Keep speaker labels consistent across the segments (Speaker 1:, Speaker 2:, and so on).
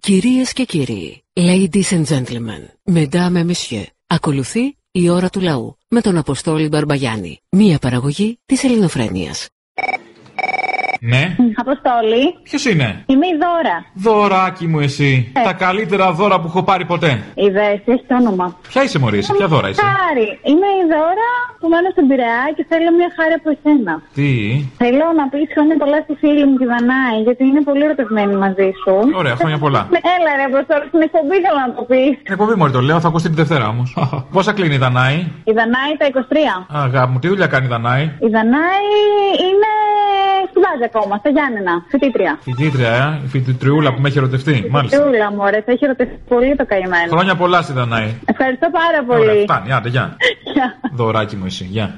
Speaker 1: Κυρίες και κύριοι, ladies and gentlemen, mesdames et messieurs, ακολουθεί η ώρα του λαού με τον Αποστόλη Μπαρμπαγιάννη, μία παραγωγή της ελληνοφρένειας.
Speaker 2: Ναι.
Speaker 3: Μ, Αποστόλη,
Speaker 2: Ποιος είναι.
Speaker 3: είμαι η Δώρα.
Speaker 2: Δωράκι μου εσύ.
Speaker 3: Ε.
Speaker 2: Τα καλύτερα δώρα που έχω πάρει ποτέ.
Speaker 3: Είδε, έχεις το όνομα.
Speaker 2: Ποια είσαι, Μωρή, εσύ, ποια δώρα είσαι.
Speaker 3: Χάρη. Είμαι η Δώρα που μένω στον Πειραιά και θέλω μια χάρη από εσένα.
Speaker 2: Τι.
Speaker 3: Θέλω να πεις χρόνια πολλά στη φίλη μου τη Δανάη, γιατί είναι πολύ ερωτευμένη μαζί σου.
Speaker 2: Ωραία, χρόνια πολλά.
Speaker 3: Ναι, Έλα ρε, Αποστόλη, στην εκπομπή θέλω να το πεις.
Speaker 2: Εκπομπή Μωρή το λέω, θα ακουστεί τη Δευτέρα όμως. Πόσα κλείνει η Δανάη.
Speaker 3: Η Δανάη τα 23.
Speaker 2: Αγάπη μου, τι δουλειά κάνει η Δανάη.
Speaker 3: Η Δανάη είναι. σπουδάζει ακόμα, στα Γιάννενα, φοιτήτρια.
Speaker 2: Η γήτρια, ε, η φοιτητριούλα που με έχει ερωτευτεί. Μάλιστα.
Speaker 3: Τούλα μου, ρε, θα έχει ρωτήσει πολύ το καημένο.
Speaker 2: Χρόνια πολλά στη Δανάη.
Speaker 3: Ευχαριστώ πάρα
Speaker 2: Ωραία,
Speaker 3: πολύ.
Speaker 2: φτάνει, άντε, γεια.
Speaker 3: Γεια.
Speaker 2: Δωράκι μου εσύ, γεια.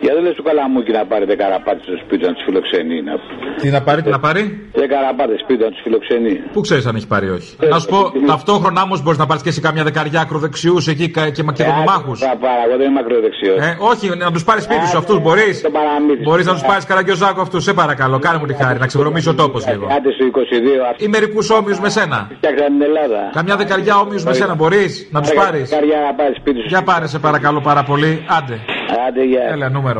Speaker 4: Για δεν λες του καλαμούκι να πάρετε καραπάτε στο σπίτι να του φιλοξενεί. Να...
Speaker 2: Τι να πάρει, τι να πάρει.
Speaker 4: Δεν καραπάτε σπίτι να του φιλοξενεί.
Speaker 2: Πού ξέρει αν έχει πάρει ή όχι.
Speaker 4: Ε,
Speaker 2: Να σου πω,
Speaker 4: ε,
Speaker 2: ταυτόχρονα όμω μπορεί να πάρει και εσύ κάμια δεκαριά ακροδεξιού εκεί κα- και μακεδονομάχου.
Speaker 4: Ε, Θα πάρω, εγώ δεν είμαι ακροδεξιό.
Speaker 2: Ε, όχι, να του πάρει σπίτι σου
Speaker 4: Ε,
Speaker 2: αυτού
Speaker 4: ε,
Speaker 2: μπορεί.
Speaker 4: το παραμύθι.
Speaker 2: Μπορεί να του
Speaker 5: Ε.
Speaker 2: πάρει καραγκιόζάκο αυτού, σε παρακαλώ. Κάνε μου τη χάρη, να ξεβρωμίσει ο τόπο λίγο.
Speaker 4: Άντε στο 22, αυτοί
Speaker 2: Ή μερικού όμοιου με σένα.
Speaker 4: φτιάξαν την Ελλάδα.
Speaker 2: Καμιά δεκαριά όμοιου
Speaker 5: Ε,
Speaker 2: με σένα μπορεί να του
Speaker 4: Πάρε
Speaker 2: πάρει.
Speaker 4: Καριά να πάρει σπίτι σου.
Speaker 2: Για πάρε, σε παρακαλώ πάρα πολύ. Άντε,
Speaker 4: Άντε, για.
Speaker 2: έλα νούμερο.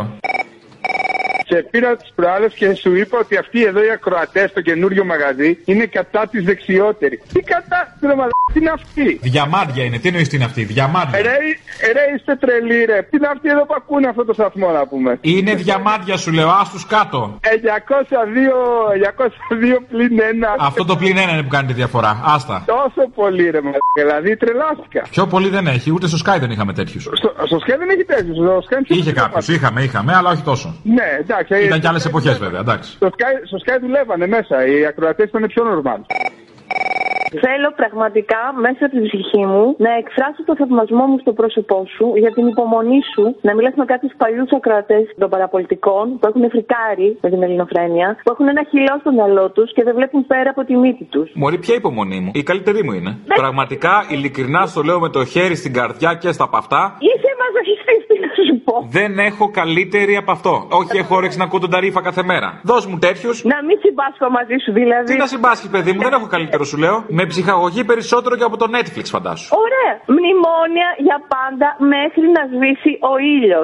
Speaker 5: Σε πήρα τις προάλλες και σου είπα ότι αυτοί εδώ οι ακροατές στο καινούριο μαγαζί είναι κατά της δεξιότερης. Τι κατά ρε μαλα- τι είναι αυτή.
Speaker 2: Διαμάντια είναι, τι νοεί την αυτή, διαμάντια.
Speaker 5: Ρε, ρε είστε τρελοί ρε. Τι είναι αυτοί εδώ που ακούνε αυτό το σταθμό να πούμε. Ε,
Speaker 2: Είναι διαμάντια σου λέω, α του κάτω.
Speaker 5: 902, 902 πλην 1.
Speaker 2: Αυτό το πλήν ένα είναι που κάνει τη διαφορά. Άστα.
Speaker 5: Τόσο πολύ ρε μαλα- Δηλαδή τρελάθηκα.
Speaker 2: Πιο πολύ δεν έχει, ούτε στο Sky δεν είχαμε τέτοιους.
Speaker 5: Στο, στο σκέ δεν έχει τέτοιους. Στο σκέ είναι πιο
Speaker 2: Είχε
Speaker 5: ψυχοπάτες.
Speaker 2: κάποιου, είχαμε, είχαμε, αλλά όχι τόσο.
Speaker 5: Ναι, εντάξει.
Speaker 2: Ήταν κι
Speaker 5: στο
Speaker 2: άλλες
Speaker 5: Sky-
Speaker 2: εποχές βέβαια, εντάξει.
Speaker 5: Στο Sky, στο Sky δουλεύανε μέσα. Οι ακροατές ήταν πιο normal.
Speaker 6: Θέλω πραγματικά μέσα από την ψυχή μου να εκφράσω το θαυμασμό μου στο πρόσωπό σου για την υπομονή σου να μιλάς με κάποιους παλιούς ακροατές των παραπολιτικών που έχουν φρικάρει με την ελληνοφρένεια, που έχουν ένα χυλό στο μυαλό τους και δεν βλέπουν πέρα από τη μύτη τους.
Speaker 7: Μωρή, ποια υπομονή μου. Η καλύτερη μου είναι.
Speaker 6: Ναι.
Speaker 7: Πραγματικά, ειλικρινά στο λέω με το χέρι στην καρδιά και στα παυτά.
Speaker 6: Είσαι μαζοχιστής, τι να σου πω.
Speaker 7: Δεν έχω καλύτερη από αυτό. Όχι, έχω όρεξη να ακούω τον ταρίφα κάθε μέρα. Δώσ' μου τέτοιους.
Speaker 6: Ε. Να μην συμπάσχω μαζί σου
Speaker 7: Τι
Speaker 6: δηλαδή.
Speaker 7: να συμπάσχεις, παιδί μου, δεν έχω καλύτερο, σου λέω. Με ψυχαγωγή περισσότερο και από το Netflix, φαντάσου.
Speaker 6: Ωραία. Μνημόνια για πάντα μέχρι να σβήσει ο ήλιος.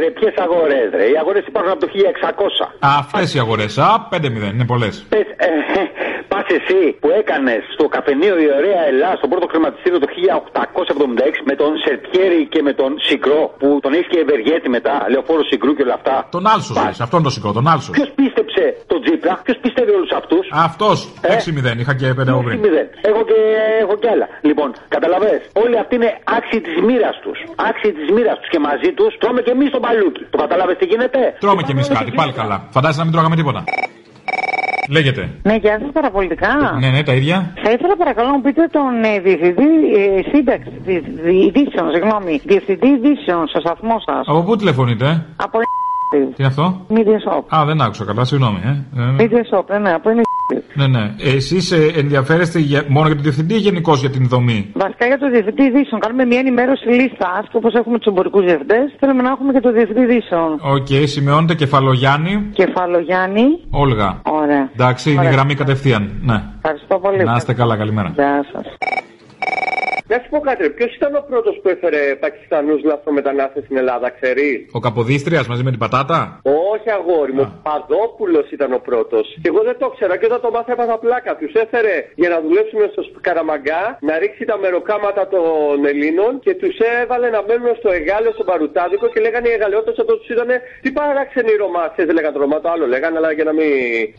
Speaker 4: Ρε, ποιες αγορές, ρε. Οι αγορές υπάρχουν από το 1600.
Speaker 2: Αυτές οι αγορές. Α, 5-0, είναι πολλές.
Speaker 4: Πες, ε, πας εσύ που έκανες στο καφενείο η ωραία Ελλάδα στο πρώτο χρηματιστήριο το 1876 με τον Σερτιέρη και με τον Σικρό που τον έχεις και ευεργέτη μετά, λεωφόρο Σικρού και όλα αυτά.
Speaker 2: Τον Άλσος
Speaker 4: Πας.
Speaker 2: ζεις, αυτό είναι το σηκώ, τον Άλσος.
Speaker 4: Ποιος πίστεψε τον Τζίπρα, ποιος πίστευε όλους αυτούς.
Speaker 2: Αυτός
Speaker 4: Ε.
Speaker 2: 6-0, είχα και 5 εγώ πριν.
Speaker 4: Μηδέν. Έχω και, έχω και άλλα. Λοιπόν, καταλαβες, όλοι αυτοί είναι άξιοι της μοίρας τους. Άξιοι της μοίρας τους και μαζί τους τρώμε και εμείς τον παλούκι. Το κατάλαβες τι γίνεται.
Speaker 2: Τρώμε κι εμείς κάτι, πάλι καλά. Φαντάζεσαι να μην τρώγαμε τίποτα. Λέγεται.
Speaker 8: Ναι, γεια σας παραπολιτικά.
Speaker 2: Ναι, ναι, τα ίδια.
Speaker 8: Θα ήθελα παρακαλώ να μου πείτε τον ε, διευθυντή ε, σύνταξη δι- δι- ειδήσεων, συγγνώμη, διευθυντή ειδήσεων στο σταθμό σας.
Speaker 2: Από πού τηλεφωνείτε, ε?
Speaker 8: Από
Speaker 2: Τι είναι αυτό.
Speaker 8: Media Shop.
Speaker 2: Α, δεν άκουσα καλά, συγγνώμη. Ε. Ε,
Speaker 8: Media Shop, ναι, ναι, από είναι
Speaker 2: ναι, ναι. Εσείς ενδιαφέρεστε για- μόνο για τον διευθυντή ή γενικώς για την δομή.
Speaker 8: Βασικά για τον διευθυντή ειδήσεων. Κάνουμε μια ενημέρωση λίστα, όπως έχουμε τους εμπορικούς διευθυντές. Θέλουμε να έχουμε και τον διευθυντή ειδήσεων.
Speaker 2: Οκ, σημειώνεται κεφαλογιάννη,
Speaker 8: Κεφάλαιο Γιάννη.
Speaker 2: Όλγα.
Speaker 8: Ωραία.
Speaker 2: Εντάξει, είναι η
Speaker 8: Ωραία.
Speaker 2: γραμμή κατευθείαν. Ναι.
Speaker 8: Ευχαριστώ πολύ.
Speaker 2: Να είστε καλά, καλημέρα.
Speaker 8: Γεια σας.
Speaker 9: Να σου πω κάτι, ποιος ήταν ο πρώτος που έφερε Πακιστανούς λαθρομετανάστε στην Ελλάδα, ξέρεις.
Speaker 2: Ο Καποδίστριας μαζί με την πατάτα.
Speaker 9: Όχι, αγόρι μου, ο Παδόπουλος ήταν ο πρώτος. Και εγώ δεν το ξέρα και όταν το μάθα έπαθα πλάκα. Τους έφερε για να δουλέψουν στο σπ- Καραμαγκά, να ρίξει τα μεροκάματα των Ελλήνων και τους έβαλε να μένουν στο Εγάλεο, στον Παρουτάδικο και λέγανε οι Εγαλαιότε όταν τους είδανε τι παράξενοι Ρωμάτσε. Δεν λέγανε το Ρωμά, το άλλο λέγανε, αλλά για να μην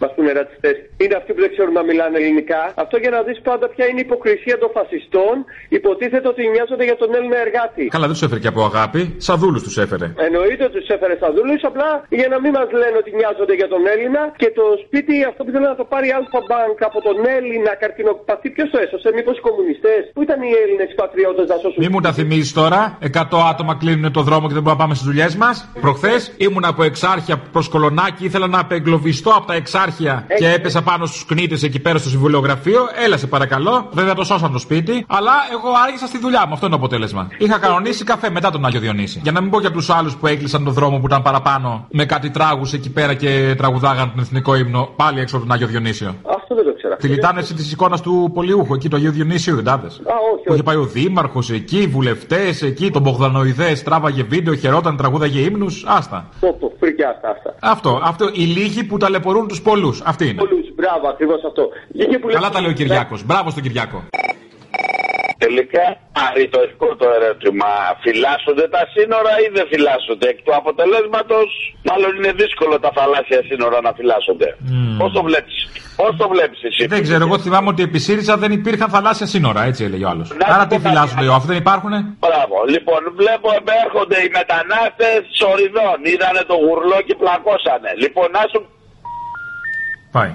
Speaker 9: μας πούνε ρατσιστές. Είναι αυτοί που δεν ξέρουν να μιλάνε ελληνικά. Αυτό για να δεις πάντα ποια είναι η υποκρισία των φασιστών. Υποτίθεται ότι νοιάζονται για τον Έλληνα εργάτη.
Speaker 2: Καλά, δεν τους έφερε και από αγάπη. Σαν δούλου τους έφερε.
Speaker 9: Εννοείται ότι τους έφερε στα δούλου, απλά για να μην μας λένε ότι νοιάζονται για τον Έλληνα και το σπίτι αυτό που θέλει να το πάρει η Αλφα Bank από τον Έλληνα καρκινοπαθή, ποιος το έσωσε, μήπως οι κομμουνιστές. Πού ήταν οι Έλληνες πατριώτες να σώσουν.
Speaker 2: Μη μου τα θυμίζεις τώρα. 100 άτομα κλείνουν το δρόμο και δεν μπορούμε να πάμε στις δουλειές μας. Προχθές ήμουν από εξάρχεια προς κολονάκι, ήθελα να απεγκλωβιστώ από τα εξάρχεια και έπεσα πάνω στους κνήτες εκεί πέρα στο συμβουλιογραφείο. Έλα σε παρακαλώ. Βέβαια το σώσαν το σπίτι, αλλά εγώ άργησα στη δουλειά μου. Αυτό είναι το αποτέλεσμα. Είχα κανονίσει καφέ μετά τον Άγιο Διονύση. Για να μην πω για τους άλλους που έκλεισαν τον δρόμο που ήταν παραπάνω με κάτι τράγους εκεί πέρα και τραγουδάγαν τον εθνικό ύμνο πάλι έξω από τον Άγιο Διονύσιο.
Speaker 9: Αυτό δεν το
Speaker 10: ήξερα.
Speaker 2: Τη λιτάνευση της εικόνας του Πολιούχου, εκεί το Αγίου Διονύσιου, δεν τα είδες?
Speaker 10: Α, όχι,
Speaker 2: Που είχε
Speaker 10: όχι.
Speaker 2: πάει ο Δήμαρχος εκεί, βουλευτές εκεί, τον Μπογδανοειδές, τράβαγε βίντεο, χαιρόταν, τραγούδαγε ύμνους. Άστα.
Speaker 10: Πω, πω, φρικιά αυτά. αυτά.
Speaker 2: Αυτό, αυτό. Οι λίγοι που ταλαιπωρούν τους πολλούς. Αυτή είναι.
Speaker 10: Πολλούς, μπράβο, ακριβώς αυτό. Βγήκε που
Speaker 2: Καλά τα λέει ο Κυριάκος. Μπράβο στον Κυριάκο.
Speaker 11: Τελικά, α, ρητορικό το ερώτημα. Φυλάσσονται τα σύνορα ή δεν φυλάσσονται. Εκ του αποτελέσματος, μάλλον είναι δύσκολο τα θαλάσσια σύνορα να φυλάσσονται.
Speaker 2: Mm.
Speaker 11: Πώς το βλέπεις, Πώς το βλέπεις εσύ.
Speaker 2: Δεν ξέρω, εγώ θυμάμαι ότι επί ΣΥΡΙΖΑ δεν υπήρχαν θαλάσσια σύνορα, έτσι έλεγε ο άλλος.
Speaker 11: Να σου
Speaker 2: Άρα
Speaker 11: πω
Speaker 2: τι
Speaker 11: κάτι,
Speaker 2: φυλάσσονται, Ιωάννη, δεν υπάρχουνε.
Speaker 11: Μπράβο. Λοιπόν, βλέπω έρχονται οι μετανάστες σοριδών. Είδανε το γουρλό και πλακώσανε. Λοιπόν, να σου
Speaker 2: Πάει.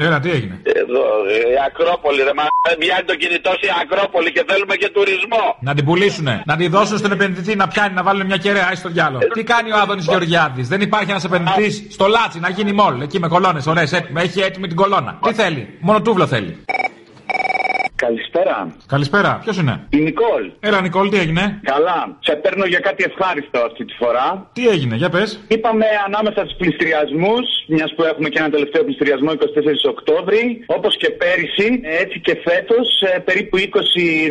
Speaker 2: Έλα, τι έγινε.
Speaker 11: Εδώ, ε, η Ακρόπολη, ρε μα... Βγαίνει το κινητό στην Ακρόπολη και θέλουμε και τουρισμό.
Speaker 2: Να την πουλήσουνε. Να τη δώσουν στον επενδυτή να πιάνει, να βάλουν μια κεραία, στο διάλογο. Τι κάνει ο Άδωνης Γεωργιάδης. Δεν υπάρχει ένας επενδυτής στο λάτσι να γίνει μόλ. Εκεί με κολόνε, ωραίε, έτοιμα. Έχει έτοιμη την κολόνα. Τι θέλει, μόνο τούβλο θέλει.
Speaker 9: Καλησπέρα.
Speaker 2: Καλησπέρα, ποιος είναι.
Speaker 9: Η Νικόλ.
Speaker 2: Έλα, Νικόλ, τι έγινε.
Speaker 9: Καλά. Σε παίρνω για κάτι ευχάριστο αυτή τη φορά.
Speaker 2: Τι έγινε,
Speaker 4: Ε,
Speaker 2: για πες.
Speaker 9: Είπαμε ανάμεσα στους πληστηριασμούς, μιας που έχουμε και ένα τελευταίο πληστηριασμό 24 Οκτώβρη, όπως και πέρυσι,
Speaker 11: ε,
Speaker 9: έτσι και φέτος, περίπου 20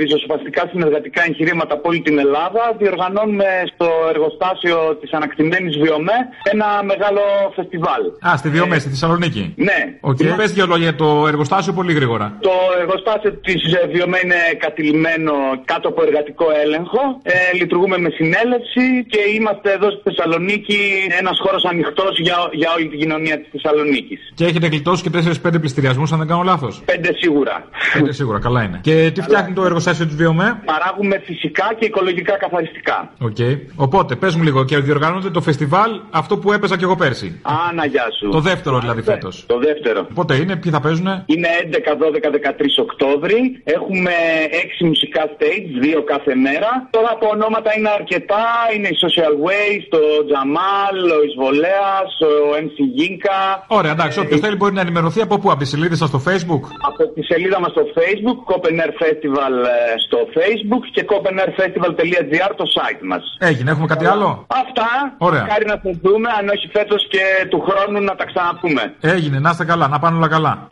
Speaker 9: ριζοσπαστικά συνεργατικά εγχειρήματα από όλη την Ελλάδα διοργανώνουμε στο εργοστάσιο της ανακτημένης Βιομέ ένα μεγάλο φεστιβάλ.
Speaker 2: Α, στη Διομέ, στη Θεσσαλονίκη.
Speaker 9: Ναι.
Speaker 2: Οκ, okay. πες δύο λόγια για το εργοστάσιο πολύ γρήγορα.
Speaker 9: Το εργοστάσιο της Βιομέ ε, είναι κατηλημένο κάτω από εργατικό έλεγχο. Ε, λειτουργούμε με συνέλευση και είμαστε εδώ στη Θεσσαλονίκη ένας χώρος ανοιχτός για, για όλη την κοινωνία της Θεσσαλονίκης.
Speaker 2: Και έχετε γλιτώσει και 4-5 πληστηριασμούς, αν δεν κάνω λάθος.
Speaker 9: Πέντε σίγουρα.
Speaker 2: Πέντε σίγουρα, καλά είναι. Και τι φτιάχνει το εργοστάσιο τη Βιομέ.
Speaker 9: Παράγουμε φυσικά και οικολογικά καθαριστικά.
Speaker 2: Οκ. Οπότε, πες μου λίγο, και διοργανώνεται το φεστιβάλ αυτό που έπαιζα και εγώ πέρσι.
Speaker 9: Άνα, γεια σου. ναι,
Speaker 2: Το δεύτερο δηλαδή φέτος.
Speaker 9: Το δεύτερο.
Speaker 2: Πότε είναι, ποιοι θα παίζουνε.
Speaker 9: Είναι 11, 12, 13 Οκτώβρη. Έχουμε 6 μουσικά stage, δύο κάθε μέρα. Τώρα από ονόματα είναι αρκετά. Είναι η Social Ways, το Τζαμάλ, ο Ισβολέας, ο MC Ginka.
Speaker 2: Ωραία,
Speaker 9: Ε,
Speaker 2: εντάξει, όποιο θέλει μπορεί να ενημερωθεί από πού, από τη σελίδα σας στο Facebook.
Speaker 9: Από τη σελίδα μας στο Facebook, Copen Air Festival ε, στο Facebook και copenairfestival.gr το site μας.
Speaker 2: Έγινε, έχουμε κάτι άλλο.
Speaker 9: Αυτά.
Speaker 2: Ωραία.
Speaker 9: Μακάρι να το δούμε, αν όχι φέτος και του χρόνου να τα ξαναπούμε.
Speaker 2: Έγινε, να είστε καλά, να πάνε όλα καλά.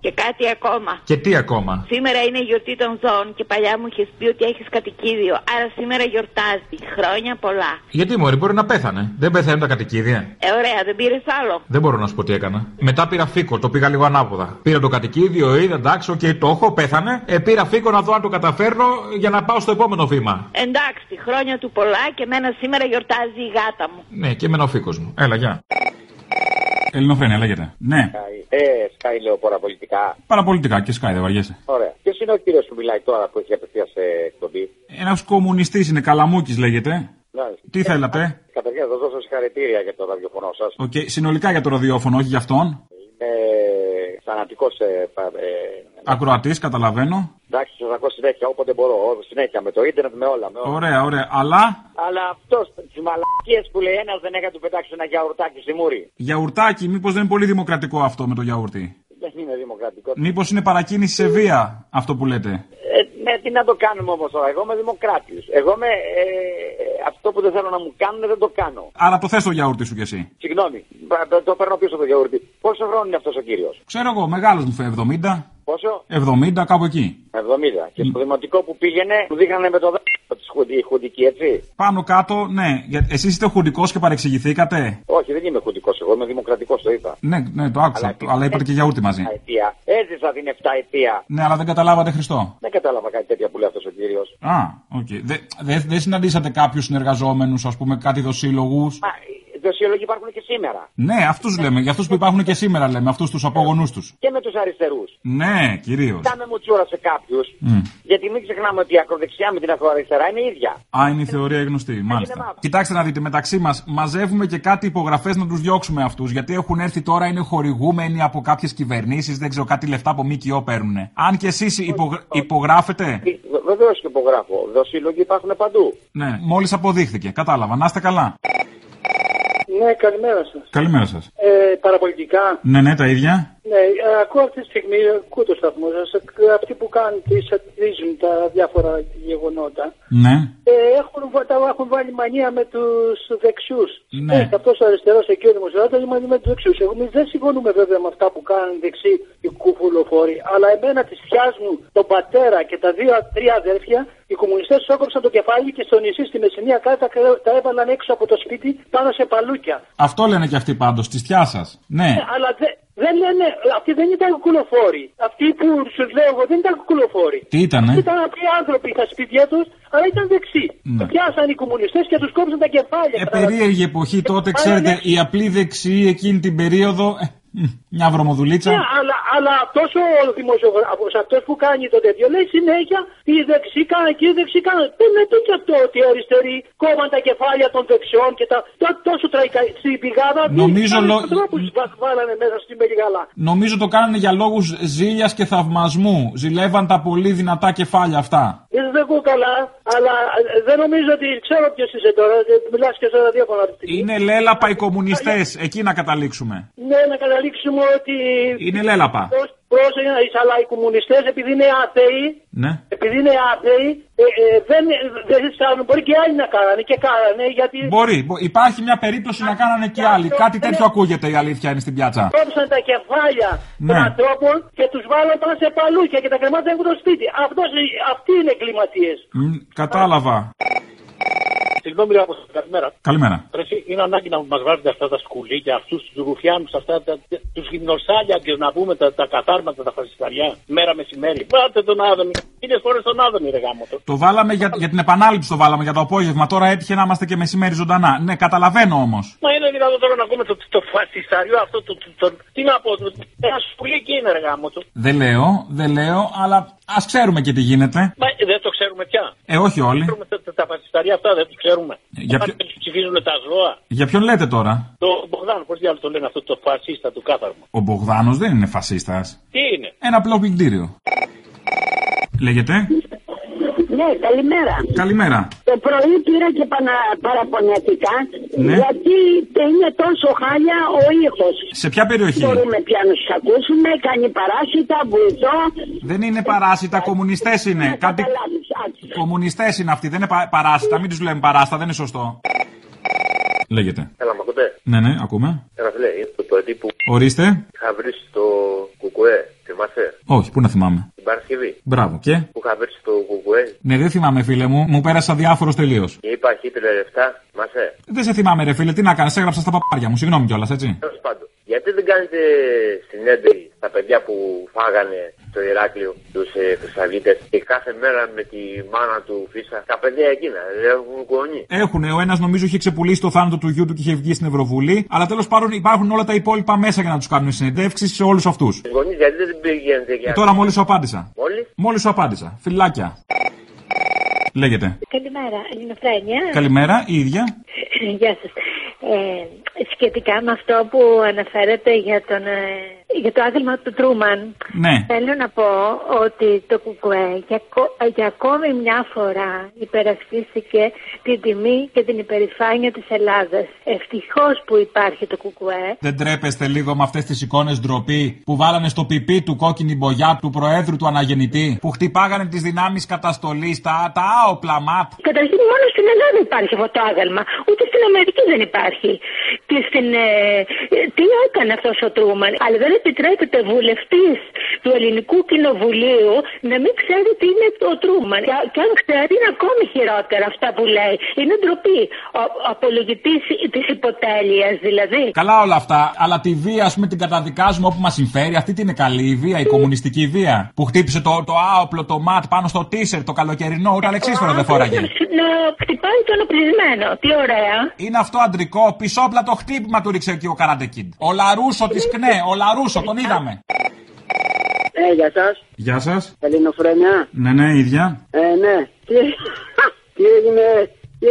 Speaker 12: Και κάτι ακόμα.
Speaker 2: Και τι ακόμα.
Speaker 12: Σήμερα είναι η γιορτή των ζώων και παλιά μου είχες πει ότι έχεις κατοικίδιο. Άρα σήμερα γιορτάζει. Χρόνια πολλά.
Speaker 2: Γιατί μωρή, μπορεί να πέθανε. Δεν πεθαίνουν τα κατοικίδια.
Speaker 12: Ε, ωραία, δεν πήρες άλλο.
Speaker 2: Δεν μπορώ να σου πω τι έκανα. Μετά πήρα φίκο, το πήγα λίγο ανάποδα. Πήρα το κατοικίδιο, είδα εντάξει, οκ, το έχω, πέθανε. Ε, πήρα φίκο να δω αν το καταφέρνω για να πάω στο επόμενο βήμα.
Speaker 12: Εντάξει, χρόνια του πολλά και μένα σήμερα γιορτάζει η γάτα μου.
Speaker 2: Ναι, και εμένα ο φίκο μου. Έλα, γεια. Ελληνοφρένια λέγεται. Ναι.
Speaker 13: Ε, Sky λέω παραπολιτικά.
Speaker 2: Παραπολιτικά και σκάι, δεν βαριέσαι.
Speaker 13: Ωραία. Ποιος είναι ο κύριος που μιλάει τώρα που έχει απευθεία σε εκπομπή.
Speaker 2: Ένας κομμουνιστής είναι, Καλαμούκης λέγεται.
Speaker 13: Να, ε,
Speaker 2: Τι θέλατε.
Speaker 13: Καταρχήν, θα δώσω συγχαρητήρια για το ραδιοφωνό σας.
Speaker 2: Οκ, συνολικά για το ραδιόφωνο, όχι για αυτόν.
Speaker 13: Είμαι θανατικός. Ε, πα- ε,
Speaker 2: Ακροατής, καταλαβαίνω.
Speaker 13: εντάξει, σας ακούω συνέχεια όποτε μπορώ. ό, Συνέχεια με το ίντερνετ, με όλα. Με όλα.
Speaker 2: Ωραία, ωραία. Αλλά
Speaker 13: Αλλά αυτός τις μαλακίες που λέει ένας δεν έκανε του πετάξει ένα γιαουρτάκι στη μούρη.
Speaker 2: γιαουρτάκι, μήπως δεν είναι πολύ δημοκρατικό αυτό με το γιαούρτι.
Speaker 13: Δεν είναι δημοκρατικό.
Speaker 2: Μήπως είναι παρακίνηση σε βία αυτό που λέτε.
Speaker 13: Ε, ναι, τι να το κάνουμε όμως τώρα. Εγώ είμαι δημοκράτης. Εγώ είμαι. Ε, ε, αυτό που δεν θέλω να μου κάνουν δεν το κάνω.
Speaker 2: Άρα το θες το γιαούρτι σου κι εσύ.
Speaker 13: Συγγνώμη, Μπα- το, το παίρνω πίσω το γιαούρτι. Πόσο χρόνο είναι αυτός ο κύριος,
Speaker 2: Ξέρω εγώ, μεγάλος μου φεύγει 70.
Speaker 13: Πόσο,
Speaker 2: 70, κάπου εκεί.
Speaker 13: 70. Και στο δημοτικό που πήγαινε, του δείχνανε με το δάχτυλο της χουντική, έτσι.
Speaker 2: Πάνω κάτω, ναι. Εσείς είστε χουντικός και παρεξηγηθήκατε.
Speaker 13: Όχι, δεν είμαι χουντικός, εγώ είμαι δημοκρατικός, το είπα.
Speaker 2: Ναι, ναι, το άκουσα.
Speaker 13: Αλλά
Speaker 2: Αλλά, αλλά είπατε και γιαούρτι μαζί.
Speaker 13: Αιτία. Έζησα την 7 αιτία.
Speaker 2: Ναι, αλλά δεν καταλάβατε Χριστό.
Speaker 13: Δεν κατάλαβα κάτι τέτοια που λέει αυτός ο κύριος.
Speaker 2: Α, οκ. Δε- δε- Δεν συναντήσατε κάποιους συνεργαζόμενους, ας πούμε, κάτι δοσύλλογους.
Speaker 13: Δοσιολόγοι υπάρχουν και σήμερα.
Speaker 2: Ναι, αυτούς λέμε. Για αυτούς που υπάρχουν και σήμερα λέμε. Αυτούς τους απόγονού τους.
Speaker 13: Και με τους αριστερούς.
Speaker 2: Ναι, κυρίως.
Speaker 13: Κάμε μουτσούρα σε κάποιους, γιατί μην ξεχνάμε ότι η ακροδεξιά με την ακροαριστερά είναι ίδια.
Speaker 2: Α, είναι η θεωρία η γνωστή, μάλιστα. Κοιτάξτε να δείτε, μεταξύ μας μαζεύουμε και κάτι υπογραφές να τους διώξουμε αυτούς. Γιατί έχουν έρθει τώρα, είναι χορηγούμενοι από κάποιες κυβερνήσεις, δεν ξέρω κάτι λεφτά από ΜΚΟ παίρνουν. Αν και εσείς υπογράφετε.
Speaker 13: Βεβαίω Ε, και υπογράφω. Δοσύλλογοι υπάρχουν παντού.
Speaker 2: Ναι, μόλις αποδείχθηκε. Κατάλαβα. Να είστε καλά.
Speaker 14: Ναι, καλημέρα σας.
Speaker 2: Καλημέρα σας.
Speaker 14: Ε, παραπολιτικά.
Speaker 2: Ναι, ναι, τα ίδια.
Speaker 14: Ναι, ε, ακούω αυτή τη στιγμή, ε, ακούω το σταθμό σας. Αυτοί που κάνουν τις σατυρίζουν τα διάφορα γεγονότα.
Speaker 2: Ναι.
Speaker 14: Ε, έχουν, βα- τα έχουν βάλει μανία με τους δεξιούς.
Speaker 2: Ναι.
Speaker 14: Αυτός ο αριστερός εκεί ο δημοσιογράφος είναι μαζί με τους δεξιούς. Εμείς δεν συμφωνούμε βέβαια με αυτά που κάνουν οι δεξιοί οι κουφουλοφόροι, αλλά εμένα τη φτιάχνουν τον πατέρα και τα δύο τρία αδέρφια. Οι κομμουνιστές τους έκοψαν το κεφάλι και στο νησί στη Μεσσηνία κάτι τα, κρέ- τα έβαλαν έξω από το σπίτι πάνω σε παλούκια.
Speaker 2: Αυτό λένε και αυτοί πάντως, της θιά σα. Ναι.
Speaker 14: Ε, αλλά δε- δεν λένε, αυτοί δεν ήταν κουκουλοφόροι. Αυτοί που σου λέω εγώ δεν ήταν κουκουλοφόροι.
Speaker 2: Τι ήτανε?
Speaker 14: Αυτοί Ήταν απλοί άνθρωποι στα σπίτια τους, αλλά ήταν δεξί.
Speaker 2: Ναι.
Speaker 14: Το πιάσαν οι κομμουνιστές και τους κόψαν τα κεφάλια. ναι,
Speaker 2: Ε, περίεργη εποχή τότε,
Speaker 14: ε,
Speaker 2: ξέρετε, οι απλοί δεξιοί εκείνη την περίοδο. ε, μ, μια
Speaker 14: Ναι,
Speaker 2: βρωμοδουλίτσα.
Speaker 14: αλλά, αλλά αυτός ο δημοσιογράφο, αυτός που κάνει το τέτοιο, λέει συνέχεια οι δεξιοί κάνουν και οι δεξιοί κάνουν. Δεν με τι και αυτό ότι οι αριστεροί κόβαν τα κεφάλια των δεξιών και τα. τό- τόσο τραϊκά στην πηγάδα.
Speaker 2: Νομίζω λο-
Speaker 14: Τρόπου βάλανε μέσα στην περιγαλά.
Speaker 2: Νομίζω το κάνανε για λόγους ζήλιας και θαυμασμού. Ζηλεύαν τα πολύ δυνατά κεφάλια αυτά.
Speaker 14: Ίσως δεν ακούω καλά, αλλά ε, δεν νομίζω ότι ξέρω ποιος είσαι τώρα. ε, Μιλάς και στο ραδιόφωνο. αυτή τη στιγμή.
Speaker 2: Είναι λέλαπα οι κομμουνιστές. Εκεί να καταλήξουμε.
Speaker 14: Ναι, να καταλήξουμε ότι.
Speaker 2: Είναι λέλαπα.
Speaker 14: Πρόσ- Πρόσεχε να είσαι, αλλά οι κομμουνιστέ επειδή είναι άθεοι,
Speaker 2: Ναι.
Speaker 14: επειδή είναι άθεοι, ε, ε, δεν, δεν κάνουν. Μπορεί και άλλοι να κάνανε και κάνανε γιατί.
Speaker 2: Μπορεί. μπο- Υπάρχει μια περίπτωση να κάνανε και άλλοι. Κάτι τέτοιο ακούγεται η αλήθεια είναι στην πιάτσα.
Speaker 14: Κόψαν τα κεφάλια των
Speaker 2: Ναι.
Speaker 14: ανθρώπων και τους βάλαν πάνω σε παλούκια και τα κρεμάτια έχουν το σπίτι. Αυτός, ε, αυτοί είναι εγκληματίε.
Speaker 2: Μ, Κατάλαβα.
Speaker 4: Συγγνώμη, ρε Αποστόλη, καλημέρα.
Speaker 2: Καλημέρα.
Speaker 4: Ρε, εσύ, είναι ανάγκη να μας βάζετε αυτά τα σκουλίκια, αυτούς τους ρουφιάνους, του γυμνοσάλιακε να πούμε τα, τα κατάρματα, τα φασισταριά, μέρα μεσημέρι. Πάτε τον Άδωνη. Είναι φορές τον Άδωνη, ρε γάμο το.
Speaker 2: Το βάλαμε για, για την επανάληψη, το βάλαμε για το απόγευμα. Τώρα έτυχε να είμαστε και μεσημέρι ζωντανά. Ναι, καταλαβαίνω όμως.
Speaker 4: Μα είναι δυνατόν τώρα να ακούμε το, το φασισταριό αυτό. Το, το, το- τι να πω, το- ένα σκουλίκι είναι, ρε γάμο το.
Speaker 2: Δεν λέω, δεν λέω, αλλά ας ξέρουμε και τι γίνεται.
Speaker 4: Μα ε, δεν το ξέρουμε πια.
Speaker 2: Ε, όχι όλοι.
Speaker 4: Ξέρουμε τα, τα, τα φασισταριά αυτά, δεν το ξέρουμε.
Speaker 2: για
Speaker 4: Όταν ψηφίζουν τα ζώα.
Speaker 2: Για ποιον λέτε τώρα,
Speaker 4: Το Μπογδάνο, πώς διάλογο το λένε αυτό το φασίστα του κάθαρμα.
Speaker 2: Ο Μπογδάνος δεν είναι φασίστας.
Speaker 4: Τι είναι.
Speaker 2: Ένα απλό πλυντήριο. Λέγεται.
Speaker 15: Ναι, καλημέρα.
Speaker 2: Καλημέρα.
Speaker 15: Το πρωί πήρα και πανα- παραπονιατικά
Speaker 2: Ναι.
Speaker 15: γιατί είναι τόσο χάλια ο ήχος.
Speaker 2: Σε ποια περιοχή?
Speaker 15: Μπορούμε πια να τους ακούσουμε, κάνει παράσιτα, βουητό.
Speaker 2: Δεν είναι παράσιτα, κομμουνιστές είναι. Κάτι... Κομμουνιστές είναι αυτοί, δεν είναι πα- παράσιτα. Μην τους λέμε παράστα, δεν είναι σωστό. Λέγεται.
Speaker 13: Έλα, μ' ακούτε.
Speaker 2: Ναι, ναι, ακούμε.
Speaker 13: Ένα φίλε, Ε, είναι το παιδί που
Speaker 2: Ορίστε.
Speaker 13: είχα βρει στο Κουκουέ. Θυμάσαι,
Speaker 2: Όχι, πού να θυμάμαι.
Speaker 13: την Παρασκευή.
Speaker 2: Μπράβο, και.
Speaker 13: Που είχα βρει στο Κουκουέ
Speaker 2: Ναι, δεν θυμάμαι, φίλε μου. Μου πέρασα διάφορο τελείω.
Speaker 13: και είπα Χίτλερ 7. Θυμάσαι.
Speaker 2: Δεν σε θυμάμαι, ρε φίλε, τι να κάνεις. Έγραψα στα παπάρια μου. Συγγνώμη κιόλας, έτσι.
Speaker 13: Τέλος πάντων, γιατί δεν κάνετε συνέντευξη στα παιδιά που φάγανε στο Ηράκλειο τους ε, Χρυσαυγίτε και κάθε μέρα με τη μάνα του Φίσα. Τα παιδιά εκείνα δεν έχουν κονεί.
Speaker 2: Έχουνε, ο ένας νομίζω είχε ξεπουλήσει το θάνατο του γιού του και είχε βγει στην Ευρωβουλή. Αλλά τέλος πάντων υπάρχουν όλα τα υπόλοιπα μέσα για να τους κάνουν συνεντεύξεις σε όλους αυτούς.
Speaker 13: Του γονείς γιατί δεν πηγαίνετε για.
Speaker 2: Και Ε, τώρα μόλις σου απάντησα.
Speaker 13: Μόλις?
Speaker 2: Μόλις σου απάντησα. Φιλάκια. Λέγεται.
Speaker 12: Καλημέρα, Ελληνοφρένια.
Speaker 2: Καλημέρα, η ίδια.
Speaker 12: Γεια σας. Ε, σχετικά με αυτό που αναφέρετε για, τον, ε, για το άθλημα του Τρούμαν,
Speaker 2: Ναι.
Speaker 12: θέλω να πω ότι το ΚΚΕ για, ακο- για ακόμη μια φορά υπερασπίστηκε την τιμή και την υπερηφάνεια της Ελλάδας. Ευτυχώς που υπάρχει το ΚΚΕ.
Speaker 2: Δεν τρέπεστε λίγο με αυτές τις εικόνες ντροπή που βάλανε στο πιπί του κόκκινη μπογιά του Προέδρου του Αναγεννητή που χτυπάγανε τις δυνάμεις καταστολής, τα, τα άοπλα ΜΑΠ.
Speaker 12: Καταρχήν μόνο στην Ελλάδα υπάρχει αυτό το άγαλμα. Ούτε στην Αμερική δεν υπάρχει. Τι, στην, ε, ε, τι έκανε αυτός ο Τρούμαν. Αλλά δεν επιτρέπεται βουλευτής του ελληνικού κοινοβουλίου να μην ξέρει τι είναι ο Τρούμαν. Και, και αν ξέρει είναι ακόμη χειρότερα αυτά που λέει. Είναι ντροπή. Ο, ο απολογητής της υποτέλειας δηλαδή.
Speaker 2: Καλά όλα αυτά, αλλά τη βία, ας πούμε, την καταδικάζουμε όπου μας συμφέρει. Αυτή την είναι καλή η βία, η κομμουνιστική βία. Που χτύπησε το, το άοπλο, το ματ πάνω στο τίσερ, το καλοκαιρινό, ούτε αλεξίσφαιρο δεν φόραγε.
Speaker 12: Να χτυπάει τον οπλισμένο. Τι ωραία.
Speaker 2: Είναι αυτό αντρικό, πισόπλατο χτύπημα του ρίξε εκεί ο Καραντεκίν. Ο Λαρούσο της ΚΝΕ, ο Λαρούσο, τον είδαμε.
Speaker 16: Ε, γεια σας.
Speaker 2: Γεια σας.
Speaker 16: Ελληνοφρενιά.
Speaker 2: Ναι, ναι, ίδια.
Speaker 16: Ε, ναι. Τι, τι έγινε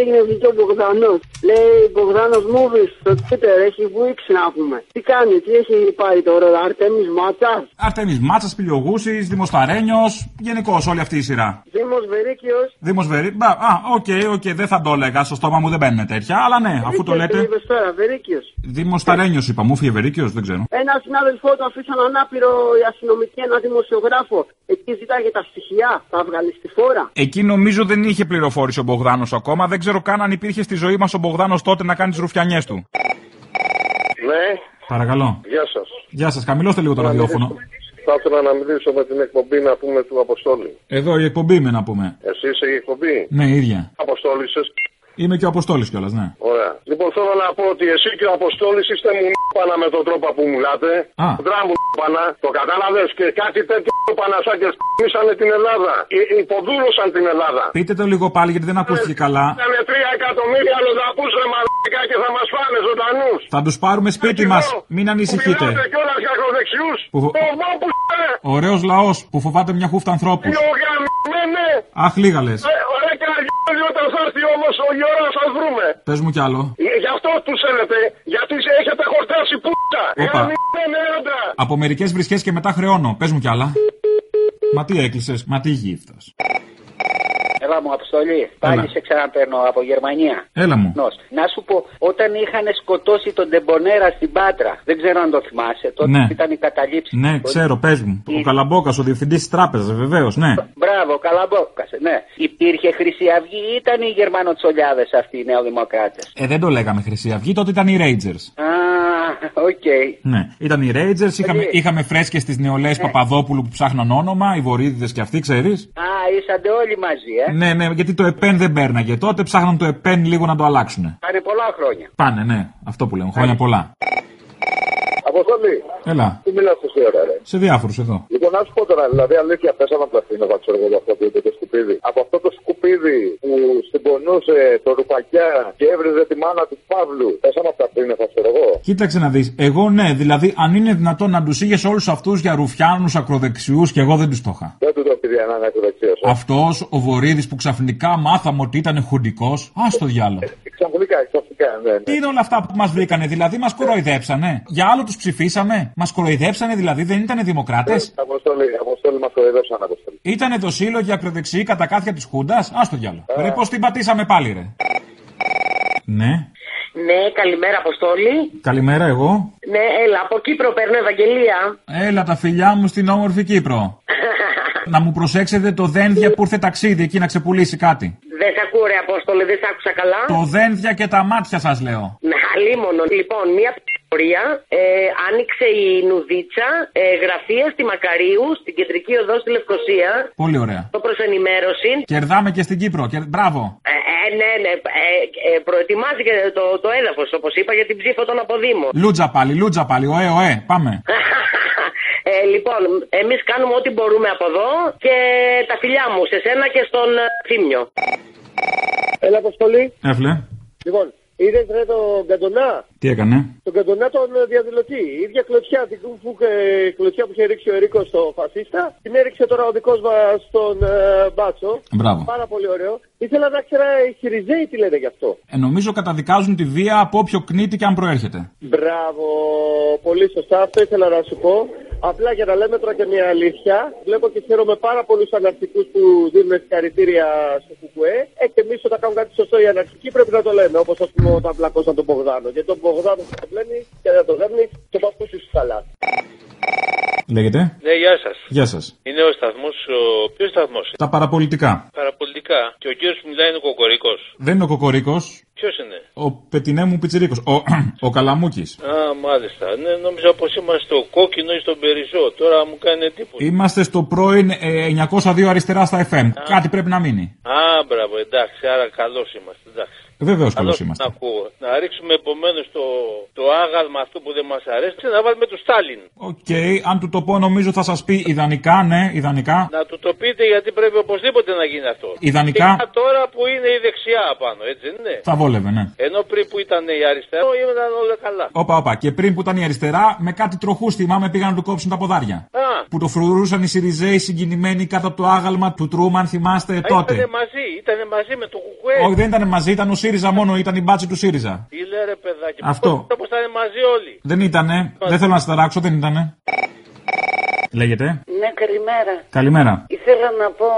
Speaker 9: έγινε βγήκε ο Μπογδανό. Λέει Μπογδάνος Movies στο Twitter έχει βουήξει να πούμε. Τι κάνει, τι έχει πάρει τώρα, Αρτέμις Μάτσας.
Speaker 2: Αρτέμις Μάτσας, Πηλιογούση, Δημοσταρένιο, γενικώς όλη αυτή η σειρά.
Speaker 9: Δήμος Βερίκιος.
Speaker 2: Δήμος Βερή. μπα- Α, οκ, οκ, δεν θα το έλεγα. Στο στόμα μου δεν μπαίνουν τέτοια, αλλά ναι, αφού το λέτε.
Speaker 9: τώρα, Βερίκιος.
Speaker 2: Δήμος Ταρένιος είπα, μου φύγε Βερίκιος, δεν ξέρω.
Speaker 9: Ένα συνάδελφό του αφήσαν ανάπηρο οι αστυνομικοί, ένα δημοσιογράφο. Εκεί ζητάγε τα στοιχεία, τα βγάλει στη φόρα.
Speaker 2: Εκεί νομίζω δεν είχε πληροφόρηση ο Μπογδάνος ακόμα. Δεν ξέρω καν αν υπήρχε στη ζωή μας ο Μπογδάνος τότε να κάνει τις ρουφιανιές του.
Speaker 17: Ναι,
Speaker 2: Παρακαλώ.
Speaker 17: γεια σας.
Speaker 2: Γεια σας, καμιλώστε λίγο το ραδιόφωνο.
Speaker 17: Θα ήθελα να μιλήσω με την εκπομπή να πούμε του Αποστόλη.
Speaker 2: Εδώ η εκπομπή είμαι να πούμε.
Speaker 17: Εσύ είσαι η εκπομπή.
Speaker 2: Ναι, η ίδια.
Speaker 17: Αποστόλη είσαι.
Speaker 2: Είμαι και ο Αποστόλης κιόλας, ναι.
Speaker 17: Ωραία. Λοιπόν, θέλω να πω ότι εσύ και ο Αποστόλης είστε μου πάνω με τον τρόπο που μιλάτε.
Speaker 2: Α.
Speaker 17: Δράμου πάνω. Το κατάλαβες και κάτι τέτοιο πανασάκια σκίσανε την Ελλάδα. Υ- Υποδούλωσαν την Ελλάδα.
Speaker 2: Πείτε το λίγο πάλι γιατί δεν ακούστηκε καλά.
Speaker 17: Ήτανε τρία εκατομμύρια λοδαπούσες μαλακά και θα μας φάνε ζωντανούς.
Speaker 2: Θα τους πάρουμε σπίτι μα. Μην ανησυχείτε.
Speaker 17: Μιλάτε κιόλας για ακροδεξιούς.
Speaker 2: Που-
Speaker 17: Το βάπου
Speaker 2: Ωραίος λαός που φοβάται μια χούφτα ανθρώπου.
Speaker 17: Λογαμμένε!
Speaker 2: Αχ, λίγα λες.
Speaker 17: Ε, Ωραία καρδιόλοι όταν θα έρθει όμως η ώρα θα σας βρούμε.
Speaker 2: Πες μου κι άλλο.
Speaker 17: Ε, Γι' αυτό τους θέλετε, γιατί σε έχετε χορτάσει πούτα.
Speaker 2: Όπα.
Speaker 17: Γαμμένε άντρα.
Speaker 2: Από μερικές βρισχέ και μετά χρεώνω. Πες μου κι άλλα. Μα τι έκλεισες, μα τι γύφτας.
Speaker 14: Έλα μου, Αποστολή. Πάλι σε ξαναπαίρνω από Γερμανία.
Speaker 2: Έλα μου.
Speaker 14: Νος. Να σου πω, όταν είχαν σκοτώσει τον Ντεμπονέρα στην Πάτρα, δεν ξέρω αν το θυμάσαι, τότε
Speaker 2: Ναι.
Speaker 14: που ήταν η καταλήψη.
Speaker 2: Ναι, ξέρω, πες μου. Ο Καλαμπόκας, ο διευθυντής της τράπεζας, βεβαίως, ναι.
Speaker 14: Μπράβο, καλαμπόκας, ναι. Υπήρχε Χρυσή Αυγή ή ήταν οι Γερμανοτσολιάδες αυτοί οι νεοδημοκράτες.
Speaker 2: Ε, δεν το λέγαμε Χρυσή Αυγή, τότε ήταν οι Rangers.
Speaker 14: Α, οκ.
Speaker 2: Ναι, ήταν οι Rangers, είχαμε, είχαμε φρέσκες τη νεολαίε Παπαδόπουλου που ψάχναν όνομα, οι Βορύδιδες και αυτοί, ξέρεις.
Speaker 14: Α, ήσαντε όλοι μαζί, ε.
Speaker 2: Ναι, ναι, γιατί το ΕΠΕΝ δεν πέρναγε. Τότε ψάχναν το ΕΠΕΝ λίγο να το αλλάξουν.
Speaker 14: Πάρε πολλά χρόνια.
Speaker 2: Πάνε, ναι, αυτό που λέμε, χρόνια πολλά.
Speaker 13: Αποστολή,
Speaker 2: Έλα,
Speaker 13: τι μιλάς εσύ ώρα, ρε.
Speaker 2: σε διάφορους εδώ.
Speaker 13: Λοιπόν, να σου πω τώρα, δηλαδή αλήθεια, πέσαμε από τα σύννεφα, ξέρω εγώ, για αυτό που είπε το σκουπίδι. Από αυτό το σκουπίδι που συμπονούσε το ρουπακιά και έβριζε τη μάνα του Παύλου, πέσαμε από τα σύννεφα, ξέρω εγώ.
Speaker 2: Κοίταξε να δεις. Εγώ ναι, δηλαδή αν είναι δυνατόν να τους είχες όλους αυτούς για ρουφιάνους ακροδεξιούς και εγώ δεν τους το είχα.
Speaker 13: Δεν του το πήρε έναν ακροδεξιό.
Speaker 2: Αυτός ο Βορύδης που ξαφνικά μάθαμε ότι ήταν χουντικός, ας το διάλογο.
Speaker 13: Ξαφνικά, ξαφνικά, Ε, ναι, ναι.
Speaker 2: Τι είναι όλα αυτά που μας βρήκανε, δηλαδή μας κοροϊδέψανε. Για άλλο τους ψηφίσαμε. Μας κοροϊδέψανε, δηλαδή δεν ήταν δημοκράτες.
Speaker 13: Ε, Αποστολή, αποστολή μας κοροϊδεύσαν, αποστολή.
Speaker 2: Ήτανε δοσύλλογοι ακροδεξιοί κατά κάθια της Χούντας. Ας το διάλογο.
Speaker 13: Ε.
Speaker 2: Ρε πώς την πατήσαμε πάλι, ρε. Ναι,
Speaker 18: Ναι, καλημέρα Αποστόλη.
Speaker 2: καλημέρα εγώ.
Speaker 18: Ναι, έλα, από Κύπρο παίρνω Ευαγγελία.
Speaker 2: Έλα τα φιλιά μου στην όμορφη Κύπρο. να μου προσέξετε το δένδια που ήρθε ταξίδι εκεί να ξεπουλήσει κάτι.
Speaker 18: Δεν σε ακούω ρε Απόστολη, δεν σ' άκουσα
Speaker 13: Ε.
Speaker 18: καλά.
Speaker 2: Το δένδια και τα μάτια σας λέω.
Speaker 18: Ναι, αλίμονο. Λοιπόν, μία πληροφορία. Ε, άνοιξε η Νουδίτσα ε, γραφεία στη Μακαρίου, στην κεντρική οδό στη Λευκοσία.
Speaker 2: Πολύ ωραία.
Speaker 18: Το προς ενημέρωση.
Speaker 2: Κερδάμε και στην Κύπρο. Κερ... Μπράβο.
Speaker 18: Ε, ε, ναι, ναι. Ε, ε, προετοιμάζει και το, το έδαφος, όπως είπα, για την ψήφο των αποδήμων.
Speaker 2: Λούτζα πάλι, λούτζα πάλι. Ωε, ωε. Πάμε.
Speaker 18: Ε, λοιπόν, εμείς κάνουμε ό,τι μπορούμε από εδώ και τα φιλιά μου σε σένα και στον ε, Θήμιο.
Speaker 9: Έλα, Αποστολή.
Speaker 2: Έφλε.
Speaker 9: Λοιπόν, είδε ρε τον Καντονά.
Speaker 2: Τι έκανε.
Speaker 9: Τον Καντονά τον ε, διαδηλωτή. Η ίδια κλωτσιά, την που, ε, κλωτσιά που είχε ρίξει ο Ερίκος στο φασίστα, την έριξε τώρα ο δικός μας τον ε, Μπάτσο.
Speaker 2: Μπράβο.
Speaker 9: Πάρα πολύ ωραίο. Ήθελα να ξέρω ε, οι Χιριζέοι τι λένε γι' αυτό.
Speaker 2: Ε, νομίζω καταδικάζουν τη βία από όποιο κνήτη και αν προέρχεται.
Speaker 9: Μπράβο, πολύ σωστά. Αυτό ήθελα να σου πω. Απλά για να λέμε τώρα και μια αλήθεια, βλέπω και χαίρομαι πάρα πολλού αναρχικούς που δίνουν συγχαρητήρια στο Κουκουέ. Ε, και εμείς όταν κάνουν κάτι σωστό οι αναρχικοί πρέπει να το λέμε. Όπως ας πούμε όταν πλακώσαν τον Πογδάνο. Γιατί τον Πογδάνο θα το πλένει και δεν το δέρνει και από αυτού του καλά.
Speaker 2: Λέγεται.
Speaker 19: Ναι, γεια σας.
Speaker 2: Γεια σας.
Speaker 19: Είναι ο σταθμός. Ο... Ποιος σταθμός είναι?
Speaker 2: Τα παραπολιτικά.
Speaker 19: Παραπολιτικά. Και ο κύριος που μιλάει είναι ο Κοκορικό.
Speaker 2: Δεν είναι ο Κοκορίκος.
Speaker 19: Ποιος είναι?
Speaker 2: Ο πετινέ μου πιτσιρίκος. Ο, ο Καλαμούκης.
Speaker 19: Α, μάλιστα. Ναι, νόμιζα πως είμαστε στο κόκκινο ή στον περισσό. Τώρα μου κάνει εντύπωση.
Speaker 2: Είμαστε στο πρώην ε, 902 αριστερά στα FM. Κάτι πρέπει να μείνει.
Speaker 19: Α, μπράβο, εντάξει, άρα καλός είμαστε. Εντάξει.
Speaker 2: Βεβαίως καλό
Speaker 19: Καλό
Speaker 2: Ε, είμαστε.
Speaker 19: να ακούω. Να ρίξουμε επομένως το, το άγαλμα αυτό που δεν μας αρέσει και να βάλουμε τον Στάλιν.
Speaker 2: Οκ, αν του το πω νομίζω θα σας πει ιδανικά, ναι, ιδανικά.
Speaker 19: Να του το πείτε γιατί πρέπει οπωσδήποτε να γίνει αυτό.
Speaker 2: Ιδανικά.
Speaker 19: Και τώρα που είναι η δεξιά απάνω, έτσι δεν είναι.
Speaker 2: Θα βόλευε, ναι.
Speaker 19: Ενώ πριν που ήταν η αριστερά, ήταν όλα καλά.
Speaker 2: Όπα, όπα. Και πριν που ήταν η αριστερά, με κάτι τροχούς θυμάμαι πήγαν να του κόψουν τα ποδάρια.
Speaker 19: Α.
Speaker 2: Που το φρουρούσαν οι Σιριζέοι συγκινημένοι κάτω από το άγαλμα του Τρούμαν, θυμάστε Ε, τότε.
Speaker 19: Ήταν μαζί, ήταν μαζί με το Κουκουέ.
Speaker 2: Όχι, δεν ήταν μαζί, ήταν ο ΣΥΡΙΖΑ μόνο, ήταν η μπάτση του ΣΥΡΙΖΑ.
Speaker 19: Τι λέει ρε παιδάκι,
Speaker 2: Αυτό.
Speaker 19: Όπω ήταν μαζί όλοι.
Speaker 2: Δεν ήτανε. Δεν θέλω να σας ταράξω, δεν ήτανε. Λέγεται.
Speaker 14: Ναι, καλημέρα.
Speaker 2: Καλημέρα.
Speaker 14: Ήθελα να πω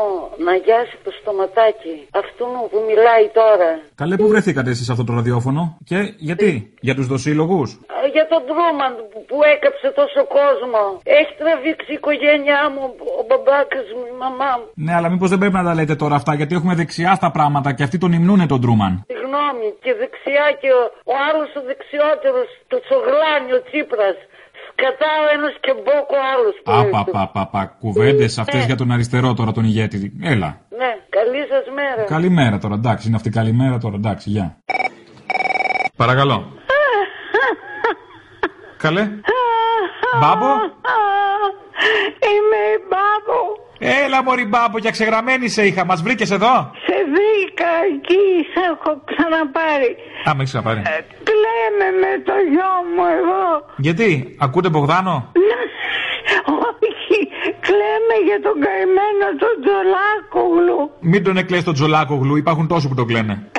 Speaker 14: να γιάσει το στοματάκι αυτού μου που μιλάει τώρα.
Speaker 2: Καλέ, πού βρεθήκατε εσείς αυτό το ραδιόφωνο και γιατί, για τους δοσύλλογους.
Speaker 14: Α, Για τον Τρούμαν που- που έκαψε τόσο κόσμο. Έχει τραβήξει η οικογένειά μου, ο μπαμπάκας μου, η μαμά μου.
Speaker 2: Ναι, αλλά μήπως δεν πρέπει να τα λέτε τώρα αυτά, γιατί έχουμε δεξιά στα πράγματα και αυτοί τον υμνούνε τον Τρούμαν.
Speaker 14: Συγγνώμη, και δεξιά και ο, ο άλλος ο δεξιότερος, το τσογλάνι, ο Τσίπρας. Σκατά ο ένας και μπόκο ο άλλο.
Speaker 2: Απαπαπαπα, κουβέντε αυτές για τον αριστερό τώρα τον ηγέτη. Έλα.
Speaker 14: Ναι, καλή σας μέρα.
Speaker 2: Καλημέρα τώρα, εντάξει, είναι αυτή η καλημέρα τώρα, εντάξει, γεια. Παρακαλώ. Καλέ. Μπάμπο.
Speaker 8: Είμαι η μπάμπο.
Speaker 2: Έλα, Μωρή Μπάμπο, για ξεγραμμένη σε είχα. Μας βρήκες εδώ.
Speaker 8: Σε βρήκα εκεί, σε έχω ξαναπάρει.
Speaker 2: Α, με έχεις ξαναπάρει.
Speaker 8: Κλαίμε με το γιο μου εγώ.
Speaker 2: Γιατί, ακούτε Μπογδάνο.
Speaker 8: Όχι, κλαίμε για τον καημένο τον Τζολάκογλου.
Speaker 2: Μην τον εκλέσει τον Τζολάκογλου, υπάρχουν τόσοι που τον κλαίνε.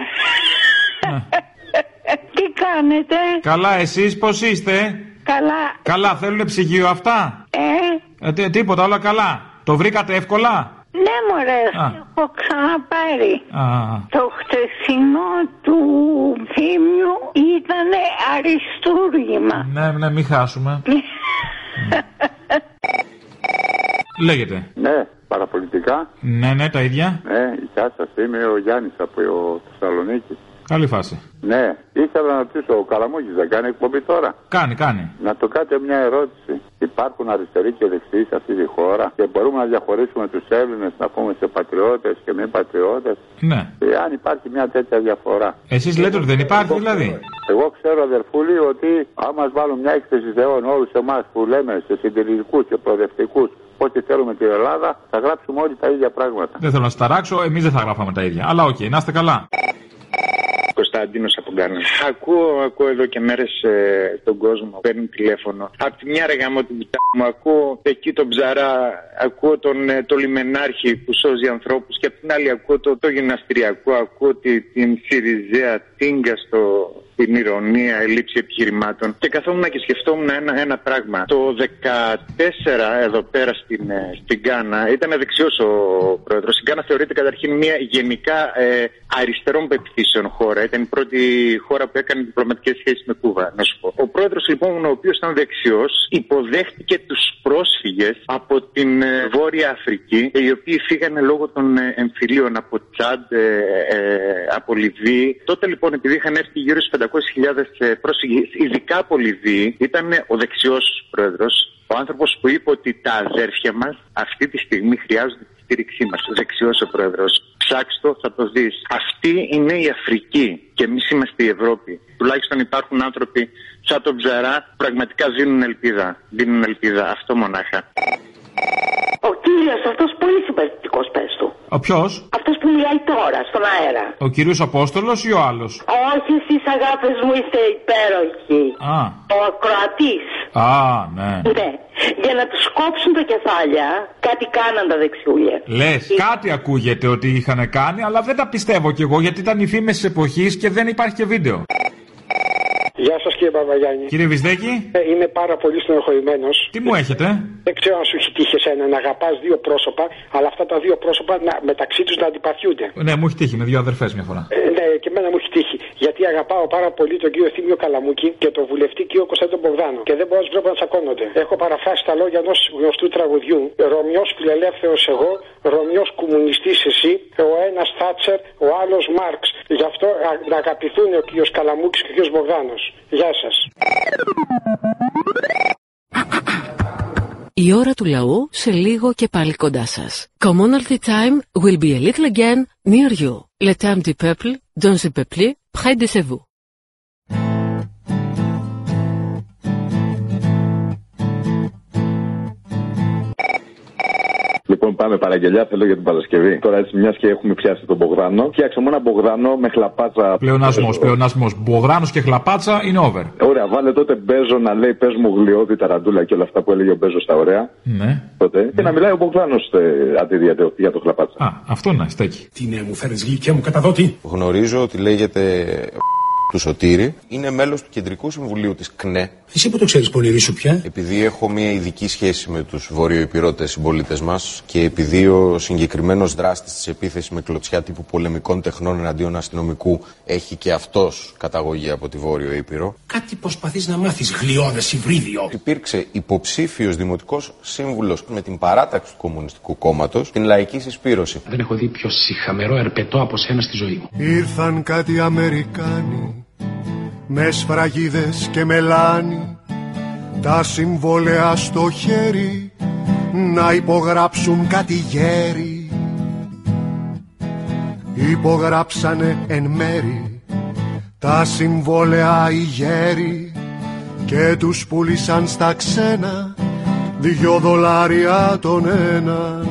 Speaker 8: Τι κάνετε,
Speaker 2: Καλά, εσείς πώς είστε.
Speaker 8: καλά,
Speaker 2: Καλά, θέλουν ψυγείο αυτά.
Speaker 8: ε.
Speaker 2: Ε, τί- τίποτα, όλα καλά. Το βρήκατε εύκολα.
Speaker 8: Ναι, μωρέ,
Speaker 2: Α.
Speaker 8: έχω ξαναπάρει.
Speaker 2: Α,
Speaker 8: Το χτεσινό του Θήμιου ήταν αριστούργημα.
Speaker 2: ναι, ναι, μην χάσουμε. Λέγεται.
Speaker 20: Ναι, παραπολιτικά.
Speaker 2: Ναι, ναι, τα ίδια.
Speaker 20: Ναι, γεια σας. Είμαι ο Γιάννης από ο Θεσσαλονίκης.
Speaker 2: Καλή φάση.
Speaker 20: Ναι, ήθελα να ρωτήσω, ο Καλαμούκη δεν κάνει εκπομπή τώρα.
Speaker 2: Κάνει, κάνει.
Speaker 20: Να το κάνετε μια ερώτηση. Υπάρχουν αριστεροί και δεξιοί σε αυτή τη χώρα και μπορούμε να διαχωρίσουμε τους Έλληνες, να πούμε σε πατριώτες και μη πατριώτες.
Speaker 2: Ναι.
Speaker 20: Και αν υπάρχει μια τέτοια διαφορά.
Speaker 2: Εσείς λέτε ότι δεν υπάρχει, δηλαδή.
Speaker 20: Εγώ ξέρω, αδερφούλη, ότι άμα βάλουν μια έκθεση θεών όλους εμάς που λέμε σε συντηρητικούς και προοδευτικούς ότι θέλουμε την Ελλάδα, θα γράψουμε όλοι τα ίδια πράγματα.
Speaker 2: Δεν θέλω να σας ταράξω, εμείς δεν θα γράφαμε τα ίδια. Αλλά οκ, να είστε καλά.
Speaker 21: Κωνσταντίνο από τον Γκάρνα. Ακούω, ακούω εδώ και μέρες τον κόσμο. Παίρνει τηλέφωνο. Απ' τη μια ρε γαμώ την πουτά μου. Ακούω εκεί τον ψαρά. Ακούω τον ε, το λιμενάρχη που σώζει ανθρώπους. Και απ' την άλλη ακούω το, το γυμναστηριακό. Ακούω τη, την Σιριζέα τίνγκα στο. Την ηρωνία, ελλείψη επιχειρημάτων. Και καθόμουν και σκεφτόμουν ένα, ένα πράγμα. Το 14 εδώ πέρα στην, ε, στην Κάνα ήταν δεξιός ο πρόεδρος. Η Κάνα θεωρείται καταρχήν μια γενικά ε, αριστερών πεπιθήσεων χώρα. Ήταν η πρώτη χώρα που έκανε διπλωματικές σχέσεις με Κούβα, να σου πω. Ο πρόεδρος λοιπόν, ο οποίος ήταν δεξιός, υποδέχτηκε τους πρόσφυγες από την ε, Βόρεια Αφρική, ε, οι οποίοι φύγανε λόγω των ε, εμφυλίων από Τσάντ, ε, ε, από Λιβύη. Τότε λοιπόν, επειδή είχαν έρθει γύρω στου 500.000 ε, πρόσφυγες, ειδικά από Λιβύη, ήταν ο δεξιός πρόεδρος, ο άνθρωπος που είπε ότι τα αδέρφια μας αυτή τη στιγμή χρειάζονται τη στήριξή μας. Δεξιός ο πρόεδρος. Ψάξτο, θα το δεις. Αυτή είναι η Αφρική και εμείς είμαστε η Ευρώπη. Τουλάχιστον υπάρχουν άνθρωποι σαν τον ψαρά που πραγματικά δίνουν ελπίδα. Δίνουν ελπίδα. Αυτό μονάχα.
Speaker 12: Ο κύριος αυτός πολύ συμπαθητικός, πες του.
Speaker 2: Ο ποιος,
Speaker 12: Αυτός που μιλάει τώρα στον αέρα.
Speaker 2: ο κύριος Απόστολος ή ο άλλος.
Speaker 12: Όχι, εσείς αγάπη μου είστε υπέροχοι.
Speaker 2: Α,
Speaker 12: Ο ακροατής.
Speaker 2: α, ναι.
Speaker 12: Ναι. Για να τους κόψουν τα κεφάλια, κάτι κάναν τα δεξιούλια.
Speaker 2: Λες, κάτι ακούγεται ότι είχαν κάνει, αλλά δεν τα πιστεύω κι εγώ γιατί ήταν οι φήμες της εποχής και δεν υπάρχει και βίντεο.
Speaker 22: Γεια σας κύριε Παπαγιάννη.
Speaker 2: Κύριε Βυσδέκη.
Speaker 22: Ε, είμαι πάρα πολύ στενοχωρημένο.
Speaker 2: Τι μου έχετε,
Speaker 22: Δεν ξέρω αν σου έχει τύχει εσένα να αγαπάς δύο πρόσωπα, αλλά αυτά τα δύο πρόσωπα να, μεταξύ τους να αντιπαθιούνται.
Speaker 2: Ναι, μου έχει τύχει με δύο αδερφές μια φορά.
Speaker 22: Ε, ναι, και εμένα μου έχει τύχει. Γιατί αγαπάω πάρα πολύ τον κύριο Θήμιο Καλαμούκη και τον βουλευτή κύριο Κωνσταντίνο Μπογδάνο. Και δεν μπορώ να τους βλέπω να τσακώνονται. Έχω παραφράσει τα λόγια ενός γνωστού τραγουδιού. Ρωμιός φιλελεύθερο εγώ, Ρωμιός κομμουνιστής εσύ, ο ένας Θάτσερ, ο άλλος Μάρξ. Γι' αυτό α, να αγαπηθούν ο κύριος Καλαμούκη και ο κύριος Μπογδάνος. Γεια σας.
Speaker 1: Η ώρα του λαού σε λίγο και πάλι κοντά σας. Commonalty time will be a little again near you. Le temps du peuple, dans le peuple, près de vous.
Speaker 23: Λοιπόν, πάμε παραγγελιά, θέλω για την Παρασκευή. Τώρα έτσι, μιας και έχουμε πιάσει τον Μπογδάνο, φτιάξαμε ένα Μπογδάνο με χλαπάτσα.
Speaker 2: Πλεονασμό, πλεονασμό. Μπογδάνος και χλαπάτσα είναι over.
Speaker 23: Ωραία, βάλε τότε Μπέζο να λέει πες μου γλιώδη ταραντούλα και όλα αυτά που έλεγε ο Μπέζος στα ωραία.
Speaker 2: Ναι.
Speaker 23: Τότε. Και να μιλάει ο Μπογδάνος ε, αντί για το, για το χλαπάτσα.
Speaker 2: Α, αυτό να στέκει.
Speaker 9: Τι ναι, μου φέρνει γλυκιά μου καταδότη.
Speaker 24: Γνωρίζω ότι λέγεται του Σωτήρη. Είναι μέλος του Κεντρικού Συμβουλίου της ΚΝΕ.
Speaker 9: Εσύ που το ξέρεις πονηρή σου πια.
Speaker 24: Επειδή έχω μια ειδική σχέση με τους βορειοϊπηρώτες συμπολίτες μας και επειδή ο συγκεκριμένος δράστης της επίθεσης με κλωτσιά τύπου πολεμικών τεχνών εναντίον αστυνομικού έχει και αυτός καταγωγή από τη Βόρειο Ήπειρο.
Speaker 9: Κάτι προσπαθείς να μάθεις γλιώδε υβρίδιο.
Speaker 24: Υπήρξε υποψήφιος δημοτικός σύμβουλος με την παράταξη του Κομμουνιστικού Κόμματος, την λαϊκή συσπήρωση.
Speaker 9: Δεν έχω δει πιο συχαμερό ερπετό από σένα στη ζωή μου.
Speaker 25: Ήρθαν κάτι Αμερικάνοι με σφραγίδες και μελάνι τα συμβόλαια στο χέρι να υπογράψουν κάτι γέρι υπογράψανε εν μέρη τα συμβόλαια οι γέροι και τους πουλήσαν στα ξένα δυο δολάρια τον έναν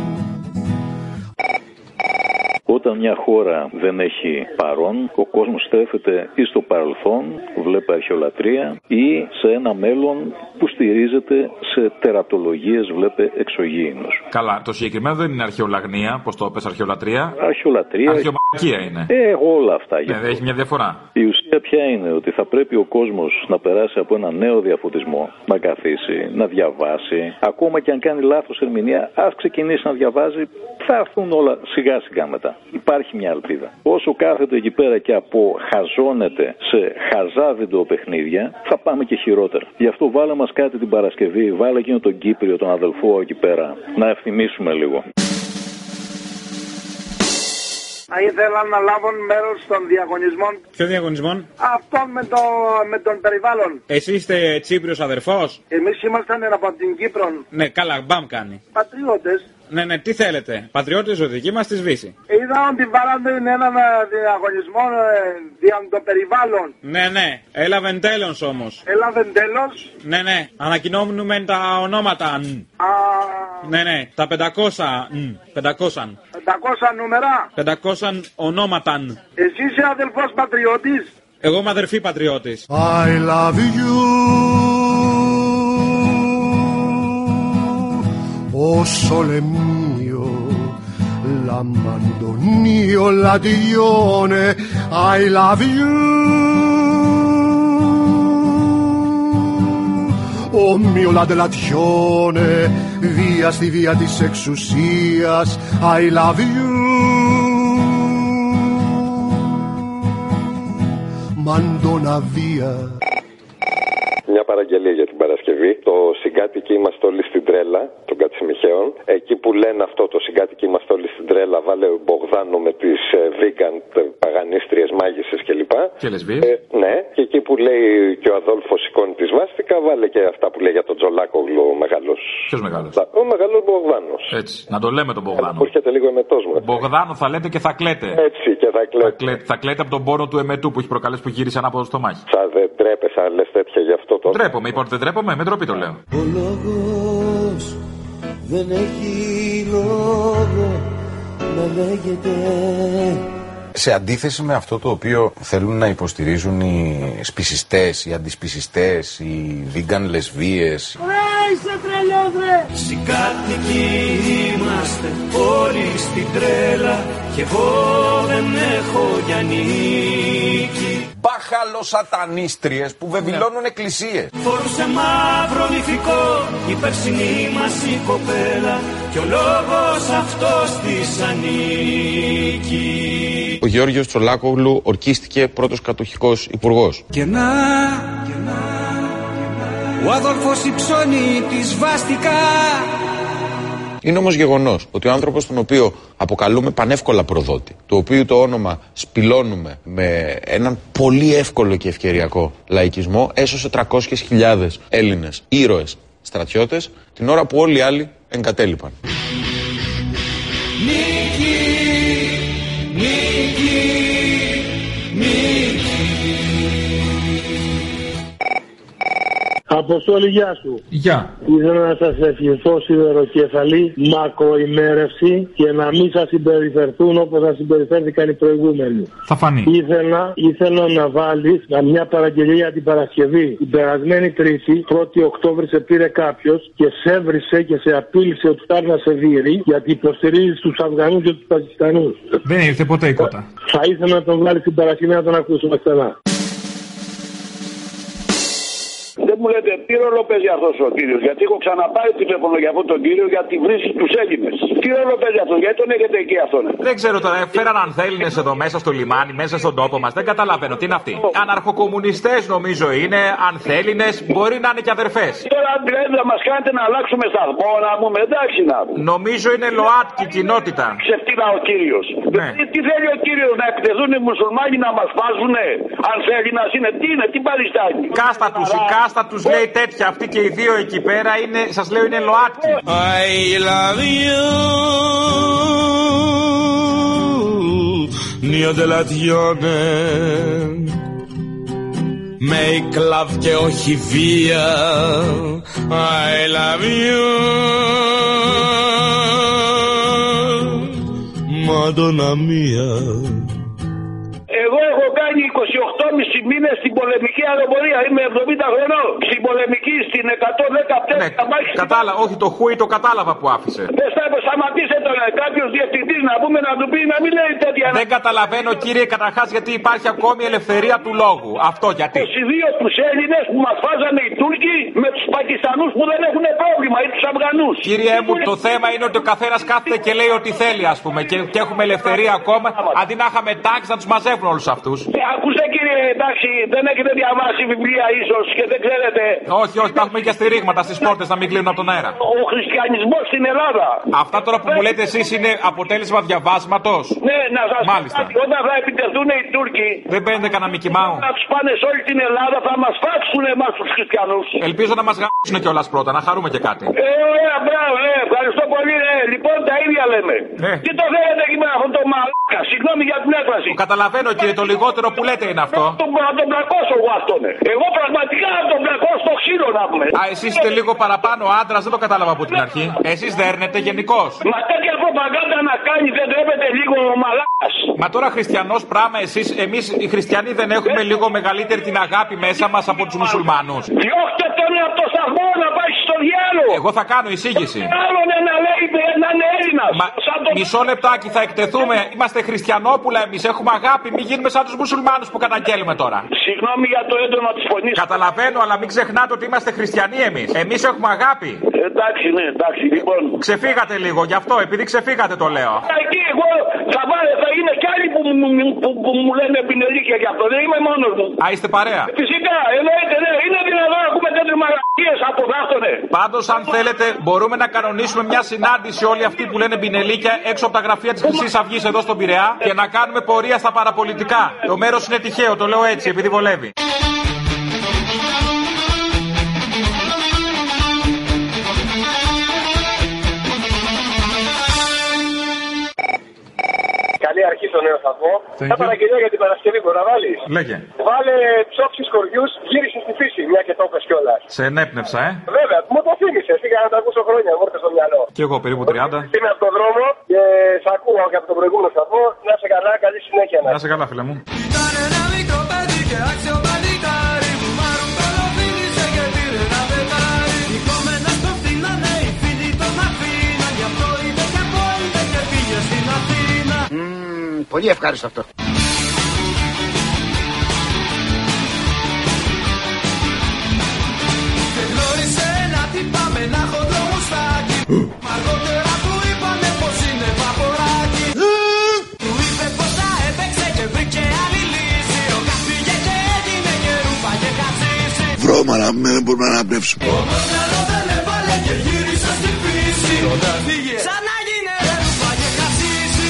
Speaker 26: Όταν μια χώρα δεν έχει παρόν, ο κόσμος στρέφεται ή στο παρελθόν, βλέπει αρχαιολατρία, ή σε ένα μέλλον που στηρίζεται σε τερατολογίες, βλέπει εξωγήινου.
Speaker 2: Καλά, το συγκεκριμένο δεν είναι αρχαιολαγνία, πώ το πες αρχαιολατρία.
Speaker 26: Αρχαιολατρία.
Speaker 2: Αρχαιομακία είναι.
Speaker 26: Ε, όλα αυτά. γι'
Speaker 2: Ναι,
Speaker 26: αυτό.
Speaker 2: δεν έχει μια διαφορά.
Speaker 26: Η ουσία ποια είναι ότι θα πρέπει ο κόσμος να περάσει από ένα νέο διαφωτισμό, να καθίσει, να διαβάσει. Ακόμα και αν κάνει λάθος ερμηνεία, ας ξεκινήσει να διαβάζει, θα έρθουν όλα σιγά σιγά μετά. Υπάρχει μια ελπίδα. Όσο κάθεται εκεί πέρα και αποχαζώνεται σε χαζάβιντο παιχνίδια, θα πάμε και χειρότερα. Γι' αυτό βάλε μας κάτι την Παρασκευή, βάλε εκείνο τον Κύπριο, τον αδελφό εκεί πέρα, να ευθυμίσουμε λίγο.
Speaker 27: Θα ήθελα να λάβουν μέρος των διαγωνισμών
Speaker 28: Ποιο διαγωνισμό,
Speaker 27: αυτών με, το, με τον περιβάλλον.
Speaker 28: εσύ είστε Τσίπριος αδερφός.
Speaker 27: Εμείς ήμασταν από την Κύπρο
Speaker 28: Ναι, καλά, μπαμ κάνει.
Speaker 27: πατριώτες.
Speaker 28: Ναι, ναι, τι θέλετε. Πατριώτες ζωτική μας της σβήσει.
Speaker 27: Είδα ότι βάλανε έναν ε, διαγωνισμό ε, δια το περιβάλλον.
Speaker 28: Ναι, ναι, έλαβεν τέλος όμως.
Speaker 27: Έλαβε τέλος.
Speaker 28: Ναι, ναι, ανακοινώνουμε τα ονόματα. ν.
Speaker 27: Α,
Speaker 28: Ναι, ναι, τα 500. ν, 500.
Speaker 27: 500 νούμερα.
Speaker 28: 500 ονόματα. ν.
Speaker 27: Εσύ είσαι αδελφός πατριώτης.
Speaker 28: Εγώ είμαι αδερφή πατριώτης.
Speaker 25: I love you. Oh sole mio, l'abbandonio, la dione. I love you. Ο μιο λατελατιώνε, βία στη βία της εξουσίας. I love you. Μαντονα βία.
Speaker 29: Μια παραγγελία για την Παρασκευή. Το συγκάτοικοι είμαστε όλοι στην τρέλα των Κατσιμιχαίων. Εκεί που λένε αυτό το συγκάτοικοι είμαστε όλοι στην τρέλα, βάλε Μπογδάνο με ε, τι βίγκαν παγανίστριες μάγισσες κλπ.
Speaker 2: Και λεσβείες.
Speaker 29: Ε, ναι, και εκεί που λέει και ο Αδόλφος σηκώνει τη βάστηκα, βάλε και αυτά που λέει για τον Τζολάκογλου ο μεγάλος.
Speaker 2: Ποιος μεγάλος.
Speaker 29: Ο μεγάλος Μπογδάνος.
Speaker 2: Έτσι. Να το λέμε τον
Speaker 29: Που
Speaker 2: Μπογδάνο.
Speaker 29: έρχεται λίγο εμετός μου.
Speaker 2: Μπογδάνο θα λέτε και θα κλαίτε.
Speaker 29: Έτσι και θα
Speaker 2: Θα
Speaker 29: κλαίω.
Speaker 2: κλαίτε, θα κλαίτε από τον πόνο του εμετού που έχει προκαλέσει που γύρισε ανάποδο στο μάχη.
Speaker 29: Σα δεν τρέπεσαι αν λες τέτοια γι' αυτό το.
Speaker 2: Τρέπομαι, είπα ότι δεν τρέπομαι, με ντροπή το λέω.
Speaker 16: Ο λόγος δεν έχει λόγο να λέγεται
Speaker 24: Σε αντίθεση με αυτό το οποίο θέλουν να υποστηρίζουν οι σπισιστές, οι αντισπισιστές, οι vegan λεσβίες,
Speaker 16: Ρε είσαι τρελός ρε Συγκάτοικοι είμαστε όλοι στην τρέλα Κι εγώ δεν έχω για νίκη
Speaker 24: μπάχαλο σατανίστριες που βεβηλώνουν εκκλησίες.
Speaker 16: Φορούσε μαύρο νηφικό η περσινή μας η κοπέλα Κι ο λόγος αυτός της ανήκει
Speaker 24: Ο Γεώργιος Τσολάκογλου ορκίστηκε πρώτος κατοχικός υπουργός.
Speaker 16: Και να, και να, ο Αδόλφος υψώνει τη σβάστηκα
Speaker 24: Είναι όμως γεγονός ότι ο άνθρωπος τον οποίο αποκαλούμε πανεύκολα προδότη, το οποίο το όνομα σπηλώνουμε με έναν πολύ εύκολο και ευκαιριακό λαϊκισμό, έσωσε 300.000 Έλληνες ήρωες στα στρατιώτες την ώρα που όλοι οι άλλοι εγκατέλειπαν.
Speaker 16: Νίκη, νίκη,
Speaker 30: Αποστόλη, γεια σου.
Speaker 2: Γεια.
Speaker 30: Ήθελα να σας ευχηθώ σιδεροκεφαλή μακροημέρευση και να μην σας συμπεριφερθούν όπως σας συμπεριφέρθηκαν οι προηγούμενοι.
Speaker 2: Θα φανεί.
Speaker 30: Ήθελα, ήθελα να βάλεις μια παραγγελία για την Παρασκευή. Την περασμένη Τρίτη, 1η Οκτώβρη, σε πήρε κάποιος και σε έβρισε και σε απείλησε ότι θα έρθει να σε δίνει γιατί υποστηρίζει τους Αφγανούς και τους Πακιστανούς.
Speaker 2: Δεν ήρθε ποτέ η κότα.
Speaker 30: Θα ήθελα να τον βάλεις την Παρασκευή να τον ακούσουμε στενά.
Speaker 9: Δεν μου λέτε τι ρόλο παίζει αυτός ο κύριος. Γιατί έχω ξαναπάρει τηλέφωνο για αυτόν τον κύριο γιατί βρίσκει τους Έλληνες. Τι ρόλο παίζει αυτός, γιατί τον έχετε εκεί αυτόν. ε?
Speaker 2: Δεν ξέρω τώρα, ε, φέραν αν θέλει εδώ μέσα στο λιμάνι, μέσα στον τόπο μας. Δεν καταλαβαίνω τι είναι αυτή. Αναρχοκομμουνιστές νομίζω είναι, αν θέλει, μπορεί να είναι και αδερφές.
Speaker 9: Τώρα αν πρέπει να μας κάνετε να αλλάξουμε σταθμό, να πούμε εντάξει να πούμε.
Speaker 2: Νομίζω είναι ΛΟΑΤΚΙ κοινότητα.
Speaker 9: Ξεφτύλα ο κύριος.
Speaker 2: Ναι.
Speaker 9: Τι, τι θέλει ο κύριος, να εκτεθούν οι μουσουλμάνοι να μας πάζουνε. Αν θέλει να είναι, τι είναι, τι παριστάνει.
Speaker 2: Κάστα τους, η κάστα τους λέει τέτοια. Αυτή και οι δύο εκεί πέρα είναι, σας λέω, είναι ΛΟΑΤΚΙ.
Speaker 16: I love you. Near the Latione. Make love και όχι βία. I love you. Μαντονα μία.
Speaker 9: Εγώ έχω κάνει 28,5 μήνε στην πολεμική αεροπορία. Είμαι 70 χρονών. Στην πολεμική, στην 110
Speaker 2: Ναι, κατάλαβα, όχι το χούι το κατάλαβα που άφησε.
Speaker 9: Δεν θα σταματήσε ε, τώρα κάποιος διευθυντής να πούμε να του πει να μην λέει τέτοια.
Speaker 2: Δεν καταλαβαίνω κύριε καταρχάς γιατί υπάρχει ακόμη ελευθερία του λόγου. Αυτό γιατί.
Speaker 9: Οι δύο τους Έλληνες που μας φάζανε οι Τούρκοι με τους Πακιστανούς που δεν έχουν πρόβλημα ή τους Αφγανούς.
Speaker 2: Κύριε μου, το θέμα είναι ότι ο καθένας κάθεται και λέει ό,τι θέλει, ας πούμε, και, και έχουμε ελευθερία ακόμα. Αντί να είχαμε τάξη, να τους μαζεύουν όλους αυτούς.
Speaker 9: Ακούστε κύριε, εντάξει, δεν έχετε διαβάσει βιβλία ίσως και δεν ξέρετε.
Speaker 2: Όχι, όχι, τα έχουμε και στηρίγματα στις πόρτες να μην κλείνουν από τον αέρα.
Speaker 9: Ο χριστιανισμός στην Ελλάδα.
Speaker 2: Αυτά τώρα που μου λέτε εσείς είναι αποτέλεσμα διαβάσματος.
Speaker 9: Ναι, να σας πω
Speaker 2: Μάλιστα.
Speaker 9: κάτι, όταν θα επιτεθούν οι Τούρκοι,
Speaker 2: Δεν παίρνετε κανένα μικημάου.
Speaker 9: να του πάνε σε όλη την Ελλάδα, θα μας φάξουν εμάς τους χριστιανούς.
Speaker 2: Ελπίζω να μας γαμίσουν κιόλας πρώτα, να χαρούμε και κάτι.
Speaker 9: Ε, ωραία, μπράβο, ε, ευχαριστώ πολύ, ε. Λοιπόν, τα ίδια λέμε.
Speaker 2: Ναι.
Speaker 9: Τι το θέλετε εκεί πέρα αυτό το μαλάκα, συγγνώμη για την έκφραση.
Speaker 2: Καταλαβαίνω κύριε, το λιγότερο που λέτε είναι αυτό.
Speaker 9: Τον, να τον πλακώσω εγώ αυτόν, ε. Εγώ πραγματικά να τον πλακώσω στο ξύλο να πούμε. Ε,
Speaker 2: Α, εσείς είστε λίγο παραπάνω άντρας, δεν το κατάλαβα από την αρχή. Εσείς δέρνετε γενικώς.
Speaker 9: Ναι. Μα τέτοια προπαγάνδα να κάνει δεν τρέπεται λίγο ο μαλάκας.
Speaker 2: Μα τώρα χριστιανός πράγμα εσείς, εμείς οι χριστιανοί δεν έχουμε λίγο μεγαλύτερη την αγάπη μέσα μας από τους μουσουλμάνους.
Speaker 9: Διώχτε τον από το σταθμό να πάει στο διάλογο.
Speaker 2: Εγώ θα κάνω εισήγηση.
Speaker 9: Άλλον να λέει ε, να είναι Έλληνας.
Speaker 2: Μα μισό λεπτάκι θα εκτεθούμε. Είμαστε χριστιανόπουλα εμείς. Έχουμε αγάπη. Μην γίνουμε σαν τους μουσουλμάνους που καταγγέλουμε τώρα.
Speaker 9: Συγγνώμη για το έντονο της φωνής.
Speaker 2: Καταλαβαίνω, αλλά μην ξεχνάτε ότι είμαστε χριστιανοί εμείς. Εμείς έχουμε αγάπη.
Speaker 9: Εντάξει, ναι, εντάξει, λοιπόν.
Speaker 2: Ξεφύγατε λίγο, γι' αυτό, επειδή ξεφύγατε το λέω.
Speaker 9: Α, Εκεί εγώ θα, βάλω- θα είναι κι άλλοι που, μου- μου- που, που μου λένε πινελίκια γι' αυτό. Δεν είμαι μόνος μου.
Speaker 2: Α, είστε παρέα.
Speaker 9: Φυσικά, εννοείται, ναι. Είναι δυνατόν να ακούμε τέτοιες μαλακίες από δάφτωνε.
Speaker 2: Πάντως, αν θέλετε, μπορούμε να κανονίσουμε μια συνάντηση όλοι αυτοί που λένε πινελίκια έξω από τα γραφεία της Χρυσής Αυγής εδώ στον Πειραιά και να κάνουμε πορεία στα παραπολιτικά. Το μέρος είναι τυχαίο, το λέω έτσι, επειδή βολεύει.
Speaker 31: Καλή αρχή στο νέο σταθμό.
Speaker 2: Thank
Speaker 31: Θα
Speaker 2: you.
Speaker 31: παραγγελία για την Παρασκευή μπορεί να βάλεις.
Speaker 2: Λέγε.
Speaker 31: Βάλε ψόψη χωριούς, γύρισες στη φύση, μια και το είπες κιόλας.
Speaker 2: Σε ενέπνευσα, ε.
Speaker 31: Βέβαια, μου το θύμισες, πήγα να τα ακούσω χρόνια, μου ήρθες στο μυαλό.
Speaker 2: Κι εγώ περίπου 30.
Speaker 31: Είμαι από τον δρόμο και σε ακούω και από τον προηγούμενο σταθμό. Να σε καλά, καλή συνέχεια.
Speaker 2: Να σε καλά, φίλε μου.
Speaker 13: Πολύ ευχάριστο αυτό.
Speaker 16: Και γνώρισε ένα τύπα με ένα χοντρό μουστάκι Μ' αργότερα του είπανε πως είναι βαποράκι Του είπε πως τα έπαιξε και βρήκε άλλη λύση Ο καθηγέ και έγινε και ρούπα και κατσίσει
Speaker 9: Βρώμα να μην μπορούμε να αναπνεύσουμε.
Speaker 16: Όμως καλό δεν έβαλε και γύρισε στη φύση Όταν φύγε σαν να γίνε ρούπα και κατσίσει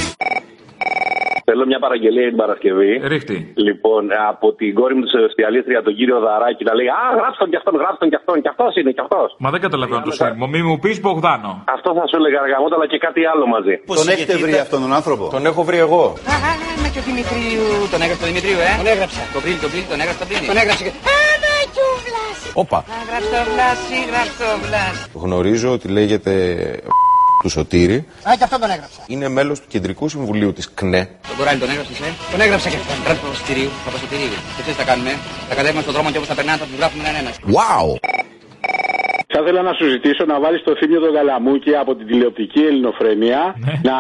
Speaker 9: Θέλω
Speaker 32: θέλω μια παραγγελία για την Παρασκευή.
Speaker 2: Ρίχτη.
Speaker 32: Λοιπόν, από την κόρη μου της Σοσιαλίστρια, τον κύριο Δαράκη, να λέει Α, γράψτε τον κι αυτόν, γράψτε τον κι αυτόν, κι αυτός είναι, κι αυτός.
Speaker 2: Μα δεν καταλαβαίνω το σύνδεσμο. Μη μου πεις Μπογδάνο.
Speaker 32: Αυτό θα σου έλεγα αργαμότα, αλλά και κάτι άλλο μαζί.
Speaker 2: Τον έχετε βρει
Speaker 32: αυτόν τον άνθρωπο.
Speaker 24: Τον έχω βρει εγώ.
Speaker 33: Είμαι και ο Δημητρίου. Τον έγραψε τον Δημητρίου, ε. Τον έγραψα. Τον Πρίλη, τον Πρίλη, τον έγραψε τον ναι, Πρίλη. Τον έγραψε και.
Speaker 24: Όπα.
Speaker 33: Α, Γράψε το βλάσι, γράψε το βλάσι.
Speaker 24: Γνωρίζω ότι λέγεται του Σωτήρη.
Speaker 33: Α, και αυτόν τον έγραψα.
Speaker 24: Είναι μέλος του Κεντρικού Συμβουλίου της ΚΝΕ.
Speaker 33: Τον κοράλι τον έγραψες, ε. Τον έγραψα και αυτόν. Γράψε Παπαστηρίου, Παπαστηρίου. Και ξέρεις τι θα κάνουμε. ε. Θα κατέβουμε στον δρόμο και όπως θα περνάνε θα τους γράφουμε έναν ένας.
Speaker 24: Wow!
Speaker 4: Θα ήθελα να σου ζητήσω να βάλεις το θύμιο τον Καλαμούκη από την τηλεοπτική Ελληνοφρενία
Speaker 2: Ναι.
Speaker 4: να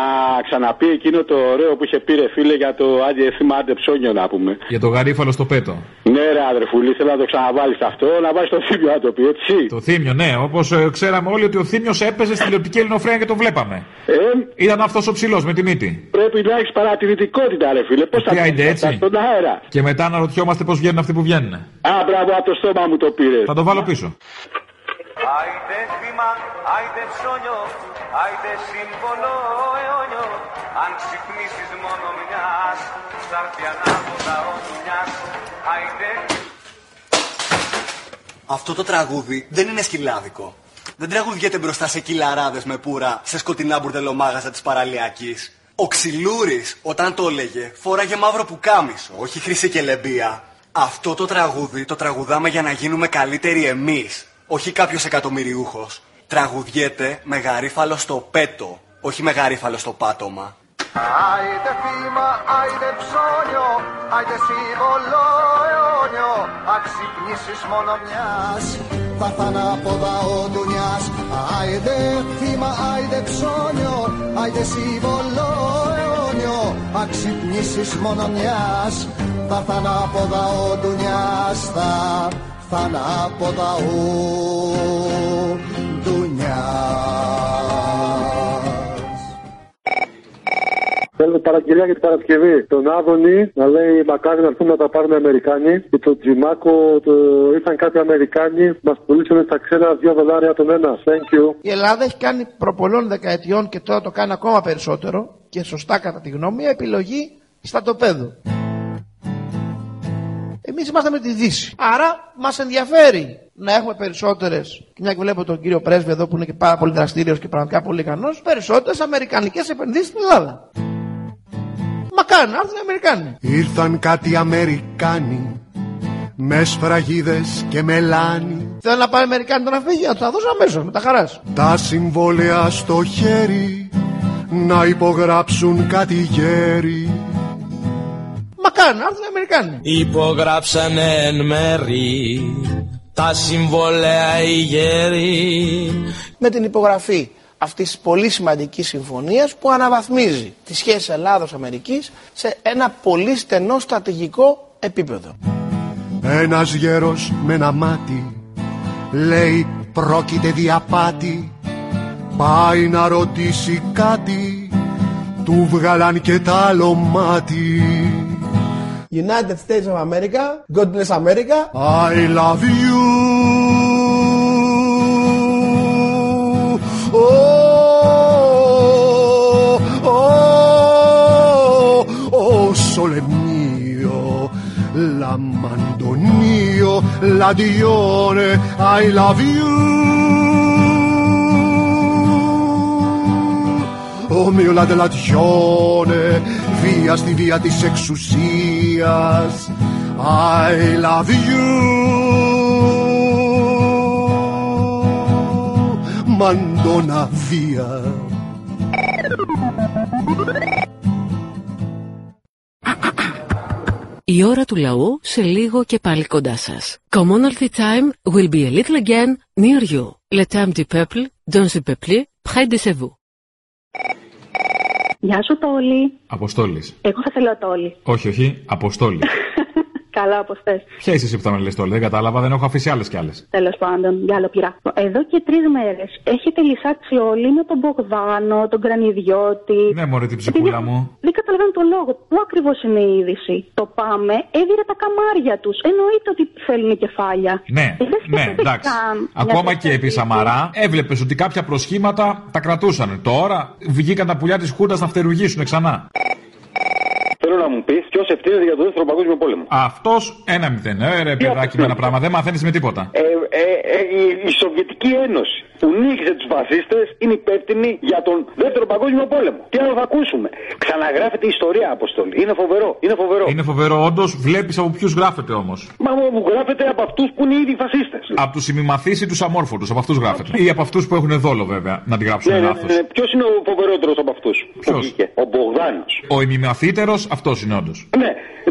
Speaker 4: ξαναπεί εκείνο το ωραίο που είχε πει ρε φίλε για το άντε θύμα άντε ψώνιο να πούμε.
Speaker 2: Για το γαρίφαλο στο πέτο.
Speaker 4: Ναι, ρε αδερφούλη, θέλω να το ξαναβάλεις αυτό, να βάλει το θύμιο να το πει, έτσι.
Speaker 2: Το θύμιο, ναι. Όπως ξέραμε όλοι ότι ο θύμιος έπαιζε στην τηλεοπτική ελληνοφρένεια και το βλέπαμε.
Speaker 4: Ε?
Speaker 2: Ήταν αυτός ο ψηλός με τη μύτη.
Speaker 4: Πρέπει να έχεις παρατηρητικότητα, ρε φίλε. Πώς θα
Speaker 2: Τι
Speaker 4: το
Speaker 2: είναι
Speaker 4: πεις
Speaker 2: έτσι?
Speaker 4: αυτά στον αέρα.
Speaker 2: Και μετά αναρωτιόμαστε πώς βγαίνουν αυτοί που βγαίνουν.
Speaker 4: Α, μπράβο, από το στόμα μου το πήρες.
Speaker 2: Θα το βάλω πίσω.
Speaker 34: Άιντε θύμα, άιντε ψώνιο, άιντε σύμβολο αιώνιο. Αν ξυπνήσεις μόνο μιας, θα έρθει ανάποδα ο μιας. Άιντε
Speaker 35: Αυτό το τραγούδι δεν είναι σκυλάδικο. Δεν τραγουδιέται μπροστά σε κυλαράδες με πουρα σε σκοτεινά μπουρδελομάγαζα της παραλιακής. Ο Ξυλούρης, όταν το έλεγε, φόραγε μαύρο πουκάμισο, όχι χρυσή κελεμπία. Αυτό το τραγούδι το τραγουδάμε για να γίνουμε καλύτεροι εμείς, όχι κάποιος εκατομμυριούχος. Τραγουδιέται με γαρίφαλο στο πέτο, όχι με γαρίφαλο στο πάτωμα.
Speaker 34: Άιντε θύμα, άιντε ψώνιο, άιντε σύμβολο αιώνιο. Αν ξυπνήσεις μόνο μιας, θα έρθει ανάποδα ο δουνιάς. Άιντε θύμα, άιντε ψώνιο, άιντε σύμβολο αιώνιο. Αν ξυπνήσεις μόνο μιας, θα έρθει ανάποδα ο δουνιάς. Θα έρθει ανάποδα ο δουνιάς.
Speaker 30: Θέλω παραγγελία για την Παρασκευή. Τον Άδωνη να λέει μακάρι να έρθουν να τα πάρουν οι Αμερικάνοι. Και τον Τζιμάκο το... ήρθαν κάποιοι Αμερικάνοι. Μας πουλήσαν στα ξένα 2 δολάρια τον ένα. Thank you.
Speaker 36: Η Ελλάδα έχει κάνει προπολών δεκαετιών και τώρα το κάνει ακόμα περισσότερο και σωστά κατά τη γνώμη μου, επιλογή στα τοπέδου. Εμείς είμαστε με τη Δύση. Άρα μας ενδιαφέρει να έχουμε περισσότερες, και μια και βλέπω τον κύριο Πρέσβη εδώ που είναι και πάρα πολύ δραστήριος και πραγματικά πολύ ικανός, περισσότερες αμερικανικές επενδύσεις στην Ελλάδα. Μακάρι να έρθουν οι Αμερικάνοι.
Speaker 25: Ήρθαν κάτι Αμερικάνοι με σφραγίδες και μελάνι
Speaker 36: Θέλω να πάρει Αμερικάνοι το ναυπηγείο, θα τους τα δώσω αμέσως, με τα χαράς.
Speaker 25: τα συμβόλαια στο χέρι να υπογράψουν κάτι γέροι
Speaker 36: Μακάρι να έρθουν οι Αμερικάνοι.
Speaker 16: Υπογράψανε εν μέρη τα συμβολέα οι γέροι.
Speaker 36: με την υπογραφή αυτής της πολύ σημαντικής συμφωνίας που αναβαθμίζει τη σχέση Ελλάδος-Αμερικής σε ένα πολύ στενό στρατηγικό επίπεδο.
Speaker 25: Ένας γέρος με ένα μάτι Λέει πρόκειται διαπάτη Πάει να ρωτήσει κάτι Του βγαλάν και τ' άλλο μάτι
Speaker 36: United States of America, God bless America.
Speaker 25: I love you Oh, oh, oh, sole mio, la mandonio, la dione, I love you. Ο μιο λατελατιώνε βία στη βία της εξουσίας I love you Μαντόνα βία
Speaker 1: Η ώρα του λαού σε λίγο και πάλι κοντά σας. Commonalty time will be a little again near you. Le temps du peuple, dans le peuple, près de chez vous.
Speaker 3: Γεια σου, Τόλι.
Speaker 2: Αποστόλης.
Speaker 3: Εγώ θα θέλω Τόλι.
Speaker 2: Όχι, όχι, Αποστόλη.
Speaker 3: Καλά, όπως θες.
Speaker 2: Ποια είσαι εσύ που θα με λες τώρα, δεν κατάλαβα, δεν έχω αφήσει άλλες κι άλλες.
Speaker 3: Τέλος πάντων, για άλλο πειρά. Εδώ και τρεις μέρες έχετε λυσάξει όλοι με τον Μπογδάνο, τον Κρανιδιώτη.
Speaker 2: Ναι, μωρέ την ψυχούλα μου.
Speaker 3: Δεν καταλαβαίνω τον λόγο. Πού ακριβώς είναι η είδηση. Το πάμε, έδιρε τα καμάρια τους. Εννοείται ότι θέλουν κεφάλια.
Speaker 2: Ναι,
Speaker 3: Ε, δεν
Speaker 2: ναι,
Speaker 3: σκέφτεται
Speaker 2: εντάξει.
Speaker 3: καν μια
Speaker 2: Ακόμα
Speaker 3: τέτοια
Speaker 2: και επί
Speaker 3: είδηση.
Speaker 2: Σαμαρά έβλεπες ότι κάποια προσχήματα τα κρατούσαν. Τώρα βγήκαν τα πουλιά της Χούντας να φτερουγήσουν ξανά.
Speaker 4: Θέλω μου πεις ποιος ευθύνεται για το δεύτερο παγκόσμιο πόλεμο.
Speaker 2: Αυτός ένα μηδέν. Ε, ρε παιδάκι με ένα πράγμα. Δεν μαθαίνεις με τίποτα.
Speaker 4: Ε, ε, ε, η- η Σοβιετική Ένωση που νίκησε τους φασίστες είναι υπεύθυνη για τον δεύτερο παγκόσμιο πόλεμο. Τι άλλο θα ακούσουμε. Ξαναγράφεται η ιστορία, Αποστολή. Είναι φοβερό. Είναι φοβερό.
Speaker 2: Είναι φοβερό, όντως βλέπεις από ποιους γράφεται όμως.
Speaker 4: Μα μου γράφεται από αυτούς που είναι ήδη φασίστες.
Speaker 2: Από τους ημιμαθεί ή τους αμόρφωτους, από αυτούς γράφεται. Ή από αυτούς που έχουν δόλο βέβαια, να τη γράψουν
Speaker 4: Ναι, ναι,
Speaker 2: λάθος.
Speaker 4: ναι, ναι. Ποιος είναι ο φοβερότερος από αυτούς που βγήκε, ο Μπογδάνος.
Speaker 2: Ο ημιμαθύτερος, αυτό είναι όντως.
Speaker 4: Ναι,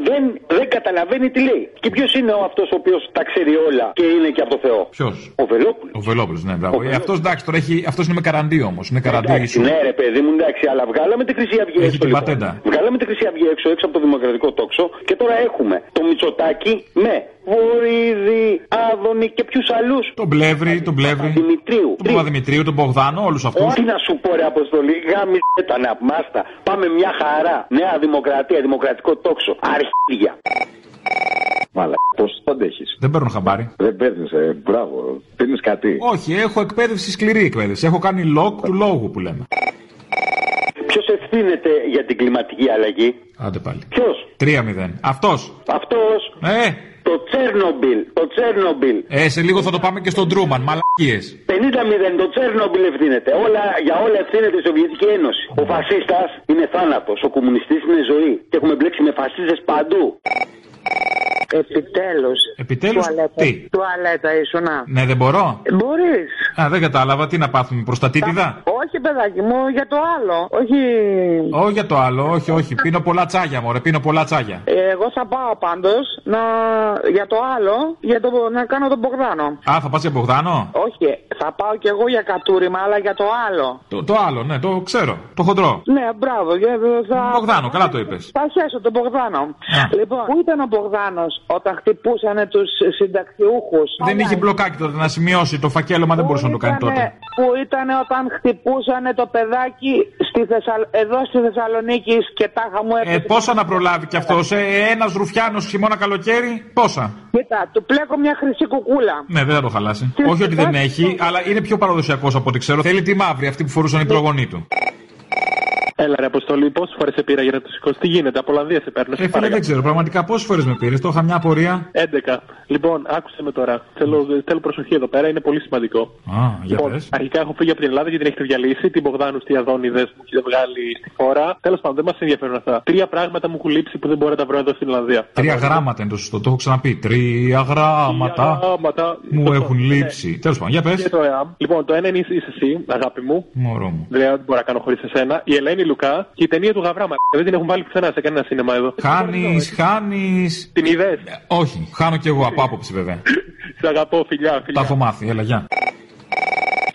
Speaker 4: δεν, δεν καταλαβαίνει τι λέει. Και ποιος είναι ο αυτός ο οποίος τα ξέρει όλα και είναι και από το Θεό.
Speaker 2: Ποιος.
Speaker 4: Ο Βελόπουλος.
Speaker 2: Ο Βελόπουλος, ναι, μπράβο. Αυτός εντάξει, τώρα έχει. Αυτός είναι με καραντί όμως. Είναι καραντί
Speaker 4: Εντάξει,
Speaker 2: Ιησού.
Speaker 4: ναι, ρε παιδί μου, εντάξει, αλλά βγάλαμε τη Χρυσή Αυγή έξω.
Speaker 2: την
Speaker 4: λοιπόν.
Speaker 2: πατέντα.
Speaker 4: Βγάλαμε τη Χρυσή Αυγή έξω, έξω από το Δημοκρατικό Τόξο και τώρα έχουμε το Μητσοτάκι με Βορύδη, Άδωνη και ποιους άλλους.
Speaker 2: Τον Πλεύρη, τον Πλεύρη.
Speaker 4: Δημητρίου.
Speaker 2: Τον Παπαδημητρίου, τον Μπογδάνο, όλους αυτούς.
Speaker 4: Όχι να σου πω ρε Αποστολή, γάμισε τα να μάστα. Πάμε μια χαρά. Νέα δημοκρατία, δημοκρατικό τόξο. Αρχίδια.
Speaker 21: Μαλά, πώ το αντέχεις.
Speaker 2: Δεν παίρνω χαμπάρι.
Speaker 21: Δεν παίρνεις, ε, μπράβο. Παίρνει κάτι.
Speaker 2: Όχι, έχω εκπαίδευση, σκληρή εκπαίδευση. Έχω κάνει log του λόγου που λέμε.
Speaker 4: Ποιος ευθύνεται για την κλιματική αλλαγή.
Speaker 2: Άντε πάλι.
Speaker 4: Ποιος.
Speaker 2: 3-0. Αυτός.
Speaker 4: Αυτός.
Speaker 2: Ε.
Speaker 4: Το Τσέρνομπιλ. Το Τσέρνομπιλ.
Speaker 2: Ε, σε λίγο θα το πάμε και στον Τρούμαν. Μαλακίες.
Speaker 4: 50-0 το Τσέρνομπιλ ευθύνεται. Όλα, για όλα ευθύνεται η Σοβιετική Ένωση. Ο φασίστας είναι θάνατος. Ο κομμουνιστής είναι ζωή. Και έχουμε μπλέξει με φασίστες παντού.
Speaker 7: Επιτέλους.
Speaker 2: Επιτέλους,
Speaker 7: Τουαλέτα.
Speaker 2: τι?
Speaker 7: Τουαλέτα ήσουν.
Speaker 2: Ναι, δεν μπορώ.
Speaker 7: Μπορείς.
Speaker 2: Α, δεν κατάλαβα. Τι να πάθουμε, προστατήτηδα.
Speaker 7: Όχι, παιδάκι μου, για το άλλο. Όχι.
Speaker 2: Όχι για το άλλο, όχι, όχι. Πίνω πολλά τσάγια, μωρέ, πίνω πολλά τσάγια.
Speaker 7: Ε, Εγώ θα πάω πάντως να... για το άλλο, για το... να κάνω τον Μπογδάνο.
Speaker 2: Α, θα πας για Μπογδάνο.
Speaker 7: Όχι, θα πάω κι εγώ για κατούριμα, αλλά για το άλλο.
Speaker 2: Το, το άλλο, ναι, το ξέρω. Το χοντρό.
Speaker 7: Ναι, μπράβο. για- Θα...
Speaker 2: Μπογδάνο, καλά το είπες.
Speaker 7: Θα χέσω τον Μπογδάνο. Λοιπόν, πού ήταν ο Μπογδάνος όταν χτυπούσαν τους συνταξιούχους.
Speaker 2: Δεν είχε μπλοκάκι τότε να σημειώσει το φακέλωμα, δεν μπορούσε να το κάνει τότε.
Speaker 7: Που ήταν όταν χτυπούσαν το παιδάκι στη Θεσσαλ... εδώ στη Θεσσαλονίκη και τάχα μου
Speaker 14: ναι.
Speaker 2: Ε,
Speaker 7: έπεσε.
Speaker 2: πόσα να προλάβει κι αυτός, ε, ένας ρουφιάνος χειμώνα καλοκαίρι, πόσα.
Speaker 7: Κοίτα, του πλέκω μια χρυσή κουκούλα.
Speaker 2: Ναι, δεν θα το χαλάσει. Όχι ότι δεν έχει, αλλά είναι πιο παραδοσιακός από ό,τι ξέρω. Θέλει τη μαύρη, αυτή που φορούσαν
Speaker 23: Ναι.
Speaker 2: οι προγονείς του.
Speaker 23: Έλα ρε Αποστολή, πόσες φορές σε πήρα για να το σηκώσει. Τι γίνεται, από Ολλανδία σε παίρνω.
Speaker 2: Ε, φίλε, δεν ξέρω πραγματικά πόσες φορές με πήρες, το είχα μια απορία.
Speaker 23: 11. Λοιπόν, άκουσε με τώρα. Θέλω, θέλω προσοχή εδώ πέρα, είναι πολύ σημαντικό.
Speaker 2: Α, για
Speaker 23: Λοιπόν,
Speaker 2: πες.
Speaker 23: αρχικά έχω φύγει από την Ελλάδα γιατί την έχετε διαλύσει. Την Μπογδάνου, τη Αδόνιδε μου έχετε βγάλει στη χώρα. Τέλος πάντων, δεν μας ενδιαφέρουν αυτά. Τρία πράγματα μου έχουν λείψει που δεν μπορώ να τα βρω εδώ στην Ολλανδία.
Speaker 2: Τρία γράμματα είναι το σωστό, το έχω ξαναπεί. Τρία γράμματα
Speaker 23: Πράγματα.
Speaker 2: μου έχουν λείψει. Τέλος πάντων, για πες.
Speaker 23: Και Ναι. το ΕΑΜ. Λοιπόν, το ένα είναι είσαι εσύ, αγάπη μου.
Speaker 2: Μωρό μου.
Speaker 23: Δεν λέω ότι μπορώ να κάνω χωρίς εσένα. Η Ελένη Λουκά και η ταινία του Γαβράμα. Δεν την έχουν βάλει πουθενά σε κανένα σινεμά εδώ.
Speaker 2: Χάνεις, χάνεις.
Speaker 23: Την είδες.
Speaker 2: Ε, Όχι, χάνω κι εγώ από άποψη βέβαια.
Speaker 23: Σε αγαπώ, φιλιά,
Speaker 2: Τα έχω μάθει, έλα, γεια.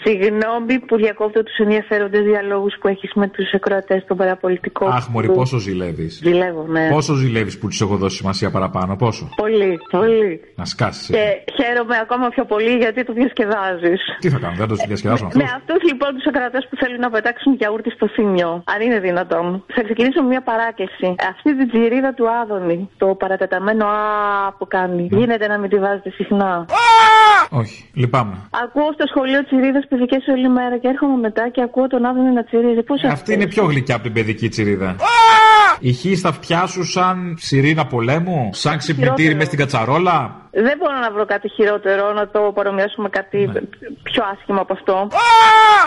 Speaker 6: Συγγνώμη που διακόπτω τους ενδιαφέροντες διαλόγους που έχεις με τους εκροατέ στον παραπολιτικό.
Speaker 2: Αχ,
Speaker 23: Ναι.
Speaker 2: Μωρή, πόσο ζηλεύεις.
Speaker 6: Ζηλεύω, ναι.
Speaker 2: Πόσο ζηλεύεις που τη έχω δώσει σημασία παραπάνω, πόσο.
Speaker 6: Πολύ,
Speaker 23: Ε.
Speaker 6: πολύ.
Speaker 2: Να σκάσεις.
Speaker 6: Και χαίρομαι ακόμα πιο πολύ γιατί το διασκεδάζεις.
Speaker 2: Τι θα κάνουμε, δεν θα το διασκεδάσουμε αυτό.
Speaker 6: Με αυτούς λοιπόν τους εκρατέ που θέλουν να πετάξουν γιαούρτι στο θύμιο, αν είναι δυνατόν. Θα ξεκινήσω με μια παράκληση. Αυτή την τζιρίδα του Άδωνη, το παρατεταμένο Α που κάνει, γίνεται να μην τη βάζετε συχνά.
Speaker 2: Όχι, λυπάμαι.
Speaker 6: Ακούω στο σχολείο τσιρίδε παιδικέ όλη μέρα και έρχομαι μετά και ακούω τον Άδωνη να τσιρίζει. Πώς
Speaker 2: Αυτή είναι πιο γλυκιά από την παιδική τσιρίδα. Η χή στα αυτιά σου σαν ψιρίνα πολέμου, σαν ξυπνητήρι
Speaker 6: Χειρότερο.
Speaker 2: μες στην κατσαρόλα.
Speaker 6: Δεν μπορώ να βρω κάτι χειρότερο, να το παρομοιάσω με κάτι πιο άσχημο από αυτό.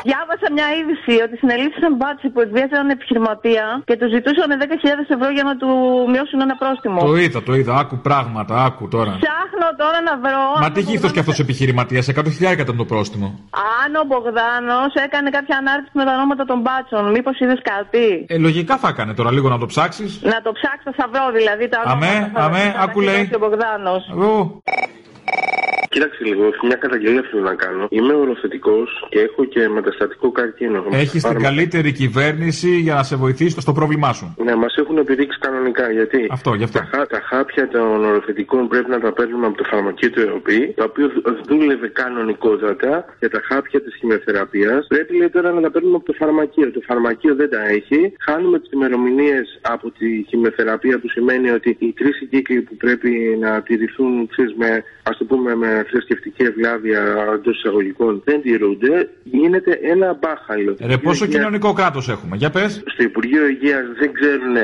Speaker 6: Διάβασα μια είδηση ότι συνελήφθησαν μπάτσι που εκβίαζαν έναν επιχειρηματία και τους ζητούσαν 10.000 ευρώ για να του μειώσουν ένα πρόστιμο.
Speaker 2: Το είδα, το είδα. Άκου πράγματα, άκου τώρα.
Speaker 6: Ψάχνω τώρα να βρω.
Speaker 2: Μα
Speaker 6: αν
Speaker 2: τι
Speaker 6: ο
Speaker 2: γύφτο και αυτός επιχειρηματία, 100.000 ήταν το πρόστιμο.
Speaker 6: Αν ο Μπογδάνος έκανε κάποια ανάρτηση με τα ονόματα των μπάτσων, μήπως είδες κάτι.
Speaker 2: Ε, λογικά θα έκανε τώρα λίγο να το ψάξεις.
Speaker 6: Να το ψάξω, θα βρω δηλαδή τα
Speaker 2: Αμέ,
Speaker 6: ονόματα. θα-
Speaker 2: αμέ,
Speaker 6: θα τα
Speaker 2: άκου λέει.
Speaker 6: κοιτάξει Ο Μπογδάνος.
Speaker 23: Κοίταξε λίγο, έχω μια καταγγελία θέλω να κάνω. Είμαι ολοθετικό και έχω και μεταστατικό καρκίνο.
Speaker 2: Έχεις την
Speaker 23: Πάρμα.
Speaker 2: καλύτερη κυβέρνηση για να σε βοηθήσει στο πρόβλημά σου.
Speaker 23: Ναι, μας έχουν επιδείξει κανονικά γιατί
Speaker 2: Αυτό, γι' αυτό.
Speaker 23: τα, χά- τα χάπια των οροφητικών πρέπει να τα παίρνουμε από το φαρμακείο του ΕΟΠΗ, το οποίο δ- δούλευε κανονικότατα για τα χάπια της χημειοθεραπείας. Πρέπει λέει, τώρα να τα παίρνουμε από το φαρμακείο. Το φαρμακείο δεν τα έχει. Χάνουμε τις ημερομηνίες από τη χημειοθεραπεία που σημαίνει ότι οι τρεις κύκλοι που πρέπει να τηρηθούν ξέρεις, με, ας το πούμε, με θρησκευτική ευλάβεια εντός εισαγωγικών δεν τηρούνται, γίνεται ένα μπάχαλο.
Speaker 2: Ρε, πόσο
Speaker 23: Υγείας-
Speaker 2: κοινωνικό κράτος έχουμε. Για πες.
Speaker 23: στο Υπουργείο Υγείας δεν ξέρουν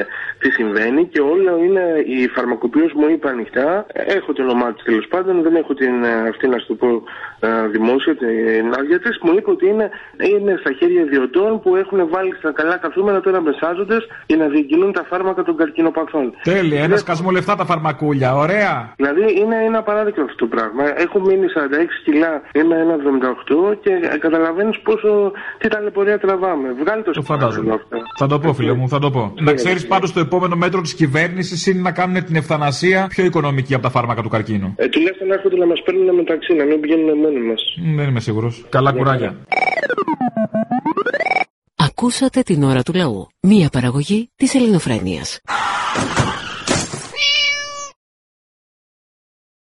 Speaker 23: τι συμβαίνει και όλα είναι. Οι φαρμακοποιό μου είπαν ανοιχτά. Έχω το όνομά τη τέλος πάντων, δεν έχω την, ε, αυτή να σου το πω ε, δημόσια, την άδεια της. Μου είπε ότι είναι, είναι στα χέρια ιδιωτών που έχουν βάλει στα καλά καθούμενα τώρα μεσάζοντε για να διεκκινούν τα φάρμακα των καρκινοπαθών.
Speaker 2: Τέλεια, ένα σκασμό λεφτά τα φαρμακούλια. Ωραία.
Speaker 23: Δηλαδή είναι ένα παράδειγμα αυτό το πράγμα. Έχω μείνει 46 κιλά, είμαι 1,78 και καταλαβαίνεις πόσο. τι ταλαιπωρία τραβάμε. Βγάλει το,
Speaker 2: φαντάζομαι. Θα το πω, φίλε μου, θα το πω. Να ξέρει πάντω το επόμενο μέτρο της κυβέρνησης είναι να κάνουν την ευθανασία πιο οικονομική από τα φάρμακα του καρκίνου.
Speaker 23: Ε, τουλάχιστον έρχονται να μας παίρνουν μεταξύ, να μην πηγαίνουν μόνοι μας.
Speaker 2: Μ, Δεν είμαι σίγουρος. Καλά κουράγια.
Speaker 1: Ακούσατε την ώρα του λαού. Μία παραγωγή της ελληνοφρένειας.